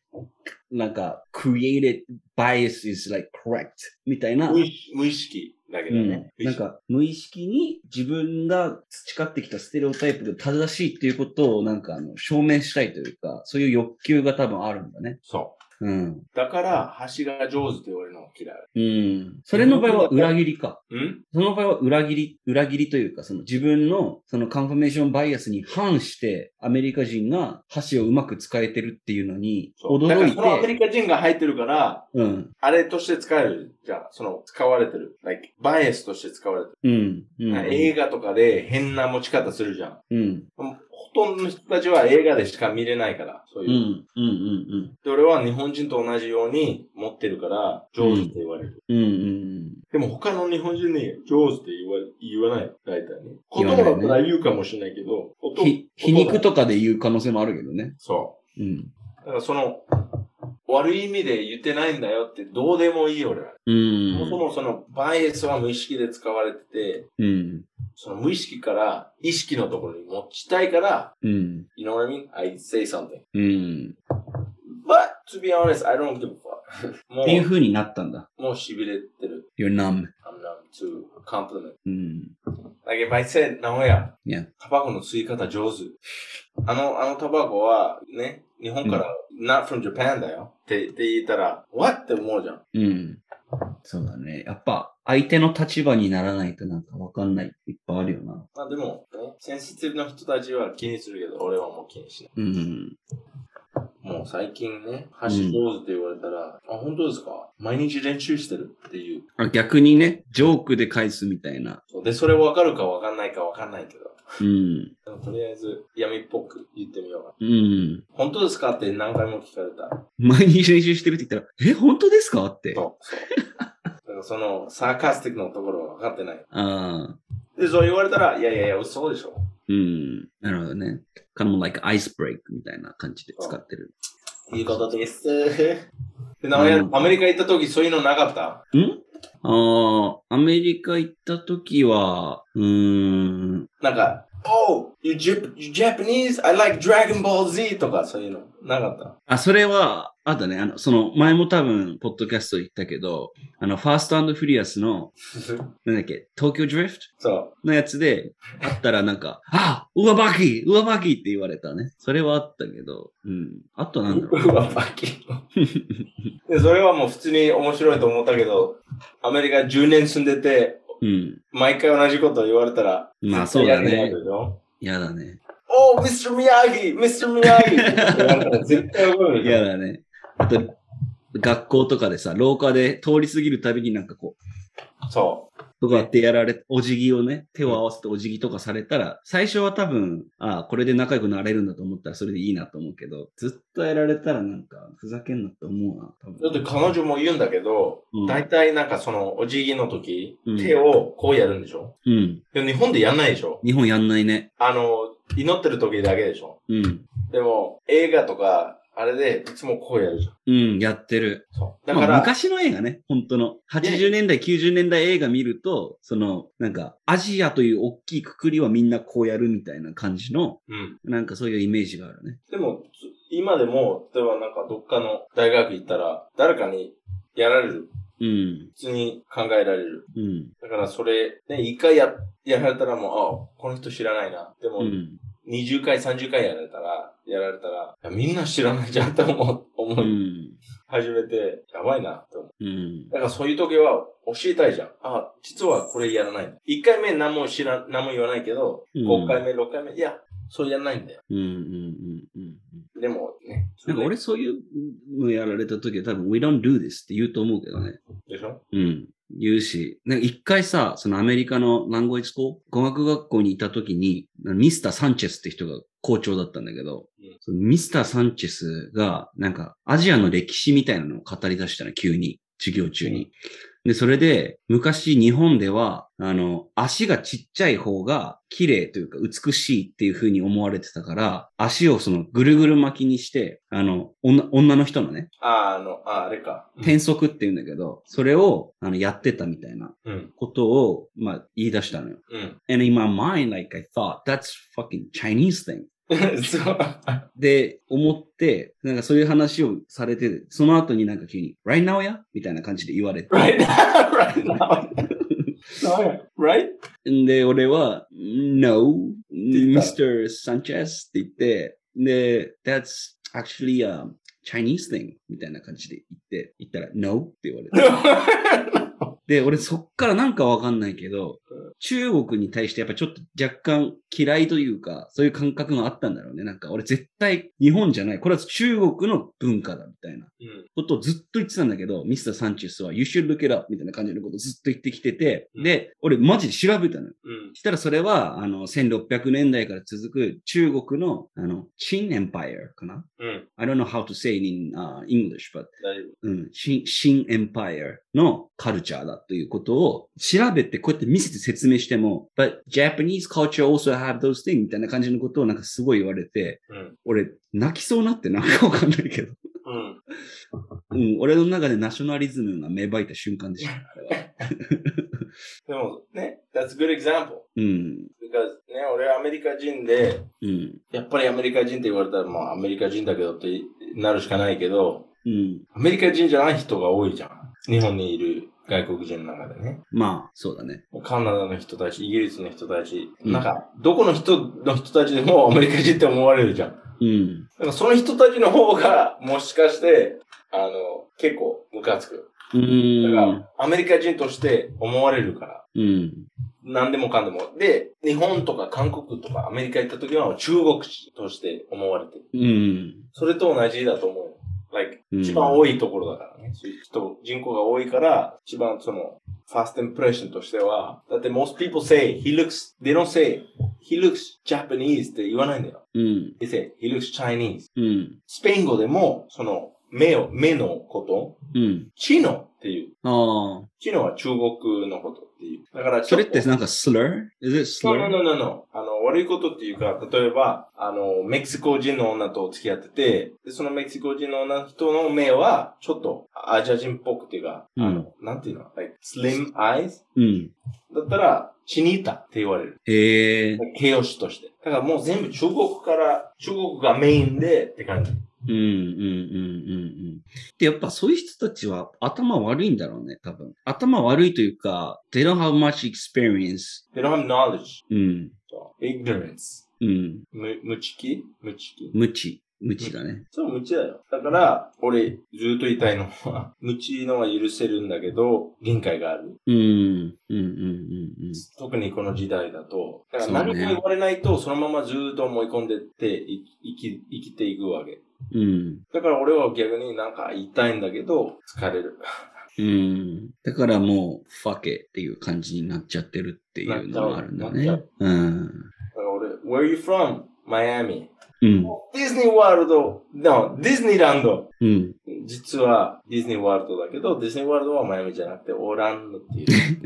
Speaker 1: なんか、created bias is, like, correct. みたいな。
Speaker 2: 無意識無意識だけどね。
Speaker 1: うん、なんか無意識に自分が培ってきたステレオタイプが正しいっていうことをなんかあの証明したいというか、そういう欲求が多分あるんだね。
Speaker 2: そ
Speaker 1: うん。
Speaker 2: だから、箸が上手って言われるのが嫌い。
Speaker 1: うん。それの場合は裏切りか。
Speaker 2: ん
Speaker 1: その場合は裏切り、裏切りというか、その自分のそのカンフォメーションバイアスに反して、アメリカ人が箸をうまく使えてるっていうのに
Speaker 2: そうだか
Speaker 1: 驚
Speaker 2: ら
Speaker 1: い
Speaker 2: そのアメ
Speaker 1: て、
Speaker 2: リカ人が入ってるから、
Speaker 1: うん、
Speaker 2: あれとして使えるじゃん。その、使われてる。like バイアスとして使われてる。
Speaker 1: うん、うん、
Speaker 2: 映画とかで変な持ち方するじゃん。
Speaker 1: うん、
Speaker 2: でもほとんどの人たちは映画でしか見れないから、そういうう。
Speaker 1: ん、うん、うん、
Speaker 2: で、俺は日本人と同じように持ってるから、上手って言われる。
Speaker 1: うん、うん、
Speaker 2: でも他の日本人に上手って言わ言わない。大体ね。
Speaker 1: 言
Speaker 2: 言
Speaker 1: わ
Speaker 2: 葉
Speaker 1: ないね
Speaker 2: だったら言うかもしれないけど、
Speaker 1: う
Speaker 2: 音
Speaker 1: ん。ひ皮肉。
Speaker 2: 音が
Speaker 1: とかで言う可能性もあるけどね。
Speaker 2: そ
Speaker 1: うん。
Speaker 2: う。だからその、悪い意味で言ってないんだよってどうでもいい俺は。
Speaker 1: う
Speaker 2: そもそ
Speaker 1: ん。
Speaker 2: もそのバイアスは無意識で使われてて、
Speaker 1: うん。
Speaker 2: その無意識から意識のところに持ちたいから、
Speaker 1: うん。
Speaker 2: you know what I mean? I say something.
Speaker 1: うん。
Speaker 2: But, to be honest, I don't give a fuck. も
Speaker 1: っていう風になったんだ。
Speaker 2: う、もう痺れてる。
Speaker 1: You're numb.
Speaker 2: I'm numb to compliment.
Speaker 1: うん。
Speaker 2: Like if I said, 名古屋、
Speaker 1: Yeah.
Speaker 2: タバコの吸い方上手。あの、あのタバコは、ね、日本から、not from Japan だよ。って、って言ったら、what? って思うじゃん。
Speaker 1: うん。そうだね。やっぱ、相手の立場にならないとなんかわかんないっていっぱいあるよな。
Speaker 2: まあでも、ね、センシティブな人たちは気にするけど、俺はもう気にしない。
Speaker 1: うん。
Speaker 2: もう最近ね、箸上手って言われたら、あ、本当ですか毎日練習してるっていう。
Speaker 1: あ逆にね、ジョークで返すみたいな。
Speaker 2: そうで、それ分かるか分かんないか分かんないけど。
Speaker 1: うん。
Speaker 2: でもとりあえず、闇っぽく言ってみようかな。
Speaker 1: うん。
Speaker 2: 本当ですかって何回も聞かれた。
Speaker 1: 毎日練習してるって言ったら、え、本当ですかって。あ
Speaker 2: そう、そう。だからその、サーカスティックなところは分かってない。
Speaker 1: あ。
Speaker 2: で、そう言われたら、いやいやいや、嘘でしょ。
Speaker 1: うん。なるほどね。かも、like ice break みたいな感じで使ってる。
Speaker 2: いいことです。で、名古屋
Speaker 1: うん
Speaker 2: アメリカ行った時、そういうのなかった
Speaker 1: んああ、アメリカ行った時は、うーん。
Speaker 2: なんか、Oh, you, Jap- you Japanese? I like Dragon Ball Z とか、そういうの。なかった。
Speaker 1: あ、それは、あとね、あの、その、前も多分、ポッドキャスト言ったけど、あの、ファーストフリアスの、なんだっけ、東京ドリフト
Speaker 2: そう。
Speaker 1: のやつで、あったらなんか、あ上バキ上バキって言われたね。それはあったけど、うん。あ となんだろう。
Speaker 2: うわ、バキ。で、それはもう普通に面白いと思ったけど、アメリカ10年住んでて、
Speaker 1: うん。
Speaker 2: 毎回同じことを言われたら、
Speaker 1: まあそうだね
Speaker 2: 絶対嫌になるでしょ
Speaker 1: 嫌だね。
Speaker 2: おー、Mr. 宮城 !Mr. 宮城って言われたら絶対怒る
Speaker 1: 嫌
Speaker 2: よ。
Speaker 1: だね。あと、学校とかでさ、廊下で通り過ぎるたびになんかこう、
Speaker 2: そ
Speaker 1: とかってやられ、お辞儀をね、手を合わせてお辞儀とかされたら、最初は多分、ああ、これで仲良くなれるんだと思ったらそれでいいなと思うけど、ずっとやられたらなんか、ふざけんなって思うな、多
Speaker 2: う。だって
Speaker 1: 分。
Speaker 2: 彼女も言うんだけど、
Speaker 1: うん
Speaker 2: 大体なんかそのお辞儀の時、
Speaker 1: うん
Speaker 2: 手をこうやるんでしょ
Speaker 1: うん。
Speaker 2: でも日本でやんないでしょ
Speaker 1: 日本やんないね。
Speaker 2: あの、祈ってる時だけでしょ
Speaker 1: うん。
Speaker 2: でも、映画とか、あれでいつもこうやるじゃん。
Speaker 1: うん、やってる。
Speaker 2: そう。だか
Speaker 1: まあ
Speaker 2: ら、
Speaker 1: 昔の映画ね、本当の。80年代、90年代映画見ると、その、なんか、アジアという大きいくくりはみんなこうやるみたいな感じの、
Speaker 2: うん。
Speaker 1: なんかそういうイメージがあるね。
Speaker 2: でも、つ今でも、例えばなんかどっかの大学行ったら、誰かにやられる。
Speaker 1: うん、
Speaker 2: 普通に考えられる。
Speaker 1: うん、
Speaker 2: だからそれ、ね、一回や、やられたらもう、あ、この人知らないな。でも、
Speaker 1: うん、
Speaker 2: 20回、30回やられたら、やられたら、いやみんな知らないじゃんって思う、
Speaker 1: う
Speaker 2: 思い
Speaker 1: ん、
Speaker 2: 始めて、やばいなって思う。
Speaker 1: うん
Speaker 2: だからそういう時は教えたいじゃん。あ、実はこれやらないの。1回目何も知ら、何も言わないけど、
Speaker 1: うん
Speaker 2: 5回目、6回目、いや、そうやらないんだよ。
Speaker 1: うん、うん、うん。
Speaker 2: でもね、
Speaker 1: なんか俺そういうのやられた時は多分、we don't do this って言うと思うけどね。
Speaker 2: でしょ
Speaker 1: うん。言うし、なんか一回さ、そのアメリカのランゴイス校、語学学校にいた時に、ミスター・サンチェスって人が校長だったんだけど、
Speaker 2: うん
Speaker 1: そのミスター・サンチェスが、なんかアジアの歴史みたいなのを語り出したの、急に、授業中に。で、それで、昔日本では、あの、足がちっちゃい方が綺麗というか美しいっていう風に思われてたから、足をそのぐるぐる巻きにして、あの、女女の人のね、
Speaker 2: あー、あの、あー、あれか。
Speaker 1: 転足って言うんだけど、それをあのやってたみたいな
Speaker 2: うん。
Speaker 1: ことを、まあ、言い出したのよ。
Speaker 2: うん。
Speaker 1: And in my mind, like I thought, that's fucking Chinese thing.
Speaker 2: そう。
Speaker 1: で、思って、なんかそういう話をされて、その後になんか急に、right now やみたいな感じで言われて。
Speaker 2: right now, right now. right?
Speaker 1: んで、俺は、no,
Speaker 2: 言った
Speaker 1: Mr. Sanchez って言って、で、that's actually a Chinese thing みたいな感じで言って、言ったら No って言われて。で、俺そっからなんかわかんないけど、中国に対してやっぱちょっと若干嫌いというか、そういう感覚があったんだろうね。なんか俺絶対日本じゃない。これは中国の文化だみたいな
Speaker 2: うん。
Speaker 1: ことをずっと言ってたんだけど、ミスターサンチェスは You should look it up みたいな感じのことをずっと言ってきてて、で、俺マジで調べたのよ。
Speaker 2: うん。
Speaker 1: したらそれは、あの、1600年代から続く中国の、あの、Qin Empire かな
Speaker 2: うん。
Speaker 1: I don't know how to say it in、uh, English, but
Speaker 2: 大丈
Speaker 1: うん、新、新エンパイアのカルチャーだということを調べてこうやって見せて説明しても、but Japanese culture also have those things みたいな感じのことをなんかすごい言われて、
Speaker 2: 夫。うん。
Speaker 1: 俺泣きそうになってなんかわかんないけど、
Speaker 2: うん。
Speaker 1: うん、俺の中でナショナリズムが芽生えた瞬間でした。あれは
Speaker 2: でもね、that's a good example.
Speaker 1: うん、
Speaker 2: because ね、俺アメリカ人で、
Speaker 1: うん、
Speaker 2: やっぱりアメリカ人って言われたら、まあアメリカ人だけどってなるしかないけど、
Speaker 1: うん。
Speaker 2: アメリカ人じゃない人が多いじゃん。日本にいる外国人の中でね。
Speaker 1: まあ、そうだね。
Speaker 2: カナダの人たち、イギリスの人たち、
Speaker 1: うん
Speaker 2: なんか、どこの人の人たちでもアメリカ人って思われるじゃん。
Speaker 1: うん、
Speaker 2: なんかその人たちの方が、もしかして、あの、結構ムカつく。
Speaker 1: う
Speaker 2: だか
Speaker 1: ん、
Speaker 2: ら、アメリカ人として思われるから。
Speaker 1: うん、
Speaker 2: 何でもかんでも。で、日本とか韓国とかアメリカ行った時は中国人として思われてる。
Speaker 1: うん。
Speaker 2: それと同じだと思うよ。Like、
Speaker 1: うん
Speaker 2: 一番多いところだからね。そういう人、人口が多いから、一番その、first impression としては、だって most people say, he looks, they don't say, he looks Japanese って言わないんだよ。
Speaker 1: うん、
Speaker 2: they say, he looks Chinese.
Speaker 1: うん、
Speaker 2: スペイン語でも、その、目を、目のこと、
Speaker 1: うん。
Speaker 2: チノっていう。
Speaker 1: ああ。
Speaker 2: チノは中国のことっていう。だから、
Speaker 1: それって
Speaker 2: さ、
Speaker 1: なんか slur? Is it
Speaker 2: No, no,
Speaker 1: slur?
Speaker 2: no, no, no. あの、悪いことっていうか、例えば、あの、メキシコ人の女と付き合ってて、でそのメキシコ人の女の人の目は、ちょっとアジア人っぽくていうか、あの、なんていうの ?like, slim eyes?
Speaker 1: うん。
Speaker 2: だったら、チニータって言われる。
Speaker 1: へえ。
Speaker 2: 形容詞として。だからもう全部中国から、中国がメインでって感じ。
Speaker 1: うんうんうんうんうん。で、やっぱそういう人たちは頭悪いんだろうね、多分。頭悪いというか、they don't have much experience.
Speaker 2: They don't have knowledge.
Speaker 1: うん。
Speaker 2: ignorance.
Speaker 1: うん。
Speaker 2: む、無知き無知き
Speaker 1: 無知。無知だね。
Speaker 2: そう、無知だよ。だから、俺、ずっと言いたいのは、 無知のは許せるんだけど、限界がある。
Speaker 1: うん。うんうんうんうん。
Speaker 2: 特にこの時代だと。だから
Speaker 1: そうね
Speaker 2: 何も言われないと、そのままずっと思い込んでって、い生き、生きていくわけ。
Speaker 1: うん。
Speaker 2: だから俺は逆になんか言いたいんだけど、疲れる。
Speaker 1: うん。だからもう、fuck it っていう感じになっちゃってるっていうのがあるんだね
Speaker 2: なっち。
Speaker 1: うん。
Speaker 2: だから俺、Where are you from? マイアミ。
Speaker 1: うん。
Speaker 2: ディズニーワールド。No, ディズニーランド。
Speaker 1: うん。
Speaker 2: 実はディズニーワールドだけど、ディズニーワールドはマイアミじゃなくてオーランドって いう。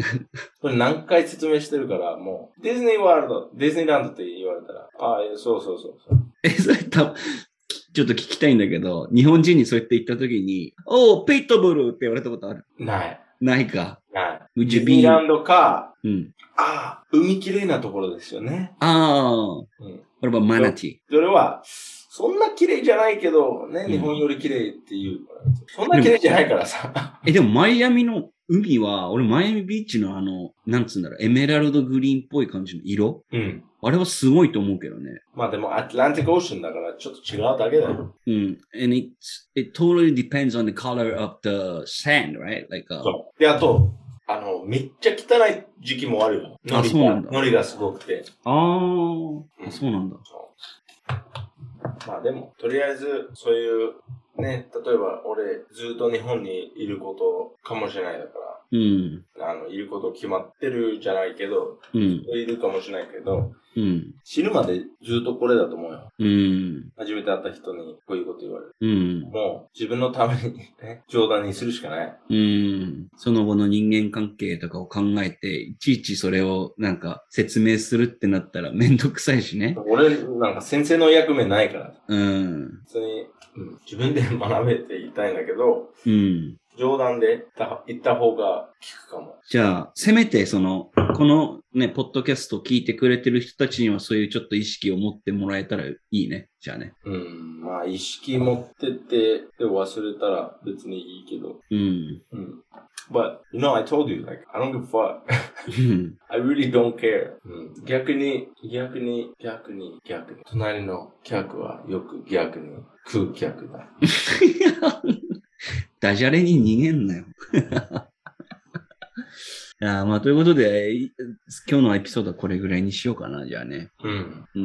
Speaker 2: これ何回説明してるから、もう、ディズニーワールド、ディズニーランドって言われたら、ああ、いやそうそうそうそう。
Speaker 1: え、それ多分、きちょっと聞きたいんだけど、日本人にそうやって言ったときに、おう、ペットボールって言われたことある
Speaker 2: ない。
Speaker 1: ないか。
Speaker 2: ない。
Speaker 1: う
Speaker 2: ディズニーランドか、
Speaker 1: うん。
Speaker 2: ああ、海きれいなところですよね。
Speaker 1: ああ、
Speaker 2: うん。
Speaker 1: これはマナティ。
Speaker 2: それは、そんな綺麗じゃないけど、ね、
Speaker 1: うん
Speaker 2: 日本より綺麗っていう。そんな綺麗じゃないからさ。
Speaker 1: え、でもマイアミの海は、俺マイアミビーチのあの、なんつうんだろう、エメラルドグリーンっぽい感じの色
Speaker 2: うん。
Speaker 1: あれはすごいと思うけどね。
Speaker 2: まあでも、アトランティックオーシャンだから、ちょっと違うだけだよ。
Speaker 1: うん。And it, it totally depends on the color of the sand, right? Like, uh,
Speaker 2: そう。で、あと、あの、めっちゃ汚い時期もあるよ。
Speaker 1: あそうなんだ
Speaker 2: ノリがすごくて。
Speaker 1: あーあ、そうなんだ。
Speaker 2: そうまあでも、とりあえず、そういう、ね、例えば俺、ずっと日本にいることかもしれないだか
Speaker 1: うん。
Speaker 2: ら、あの、いること決まってるじゃないけど、
Speaker 1: うん。
Speaker 2: いるかもしれないけど、
Speaker 1: うん。
Speaker 2: 死ぬまでずっとこれだと思うよ。
Speaker 1: うん。
Speaker 2: 初めて会った人にこういうこと言われる。
Speaker 1: うん。
Speaker 2: もう、自分のために、ね、冗談にするしかない。
Speaker 1: うん。その後の人間関係とかを考えて、いちいちそれをなんか説明するってなったらめんどくさいしね。
Speaker 2: 俺、なんか先生の役目ないから。
Speaker 1: うん。
Speaker 2: 別に、うん自分で学べって言いたいんだけど、
Speaker 1: うん。
Speaker 2: 冗談で言った方が効くかも。
Speaker 1: じゃあ、せめて、その、このね、ポッドキャスト聞いてくれてる人たちにはそういうちょっと意識を持ってもらえたらいいね。じゃあね。
Speaker 2: うん。まあ、意識持ってて、で忘れたら別にいいけど。
Speaker 1: うん。
Speaker 2: うん。But, you know, I told you, like, I don't give a fuck.
Speaker 1: うん。
Speaker 2: I really don't care. うん、逆に、逆に、逆に、逆に。隣の客はよく逆に食う客だ。
Speaker 1: ダジャレに逃げんなよ。 いやーまあ、ということで、い今日のエピソードはこれぐらいにしようかな、じゃあね。
Speaker 2: うん。
Speaker 1: うん、
Speaker 2: そう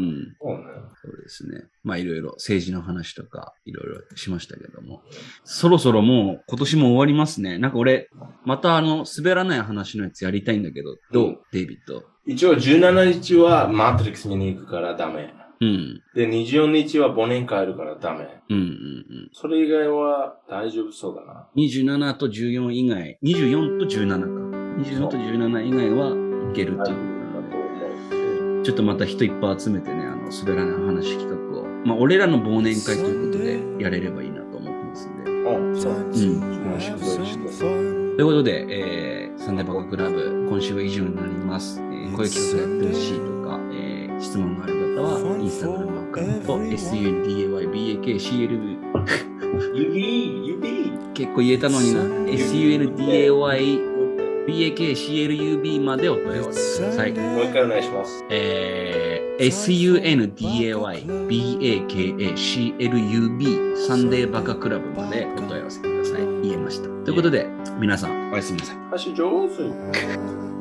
Speaker 2: ね。
Speaker 1: そうですね。まあ、いろいろ政治の話とか、いろいろしましたけども。そろそろもう今年も終わりますね。なんか俺、またあの、滑らない話のやつやりたいんだけど、どう、
Speaker 2: うん
Speaker 1: デイビッド。
Speaker 2: 一応17日はマトリックス見に行くからダメ。
Speaker 1: うん、
Speaker 2: で、24日は忘年会あるからダメ。
Speaker 1: うん、うん、うん。
Speaker 2: それ以外は大丈夫そうだな。
Speaker 1: 27と14以外、24と17か。24と17以外はいけるということなので。ちょっとまた人いっぱい集めてね、あの滑らない話企画を、まあ、俺らの忘年会ということでやれればいいなと思ってますんで。
Speaker 2: うん、そう。
Speaker 1: うん。
Speaker 2: 面白いです
Speaker 1: と
Speaker 2: ね。
Speaker 1: いうことで、えーサンデーバカクラブ、今週は以上になります。えーこういう企画やってほしいとか、えー質問がある方は、インスタグラムアカウント、SULDAYBAKCLV、
Speaker 2: 指、指。
Speaker 1: 結構言えたのにな、SULDAYBAKCLUB までお問い合わせください。
Speaker 2: もう一回お願いします。
Speaker 1: えー、sundaybakaklub サンデーバカクラブまでお問い合わせください。言えました。ということで、皆さん、おやすみなさい。
Speaker 2: 箸上手。
Speaker 3: Thank you.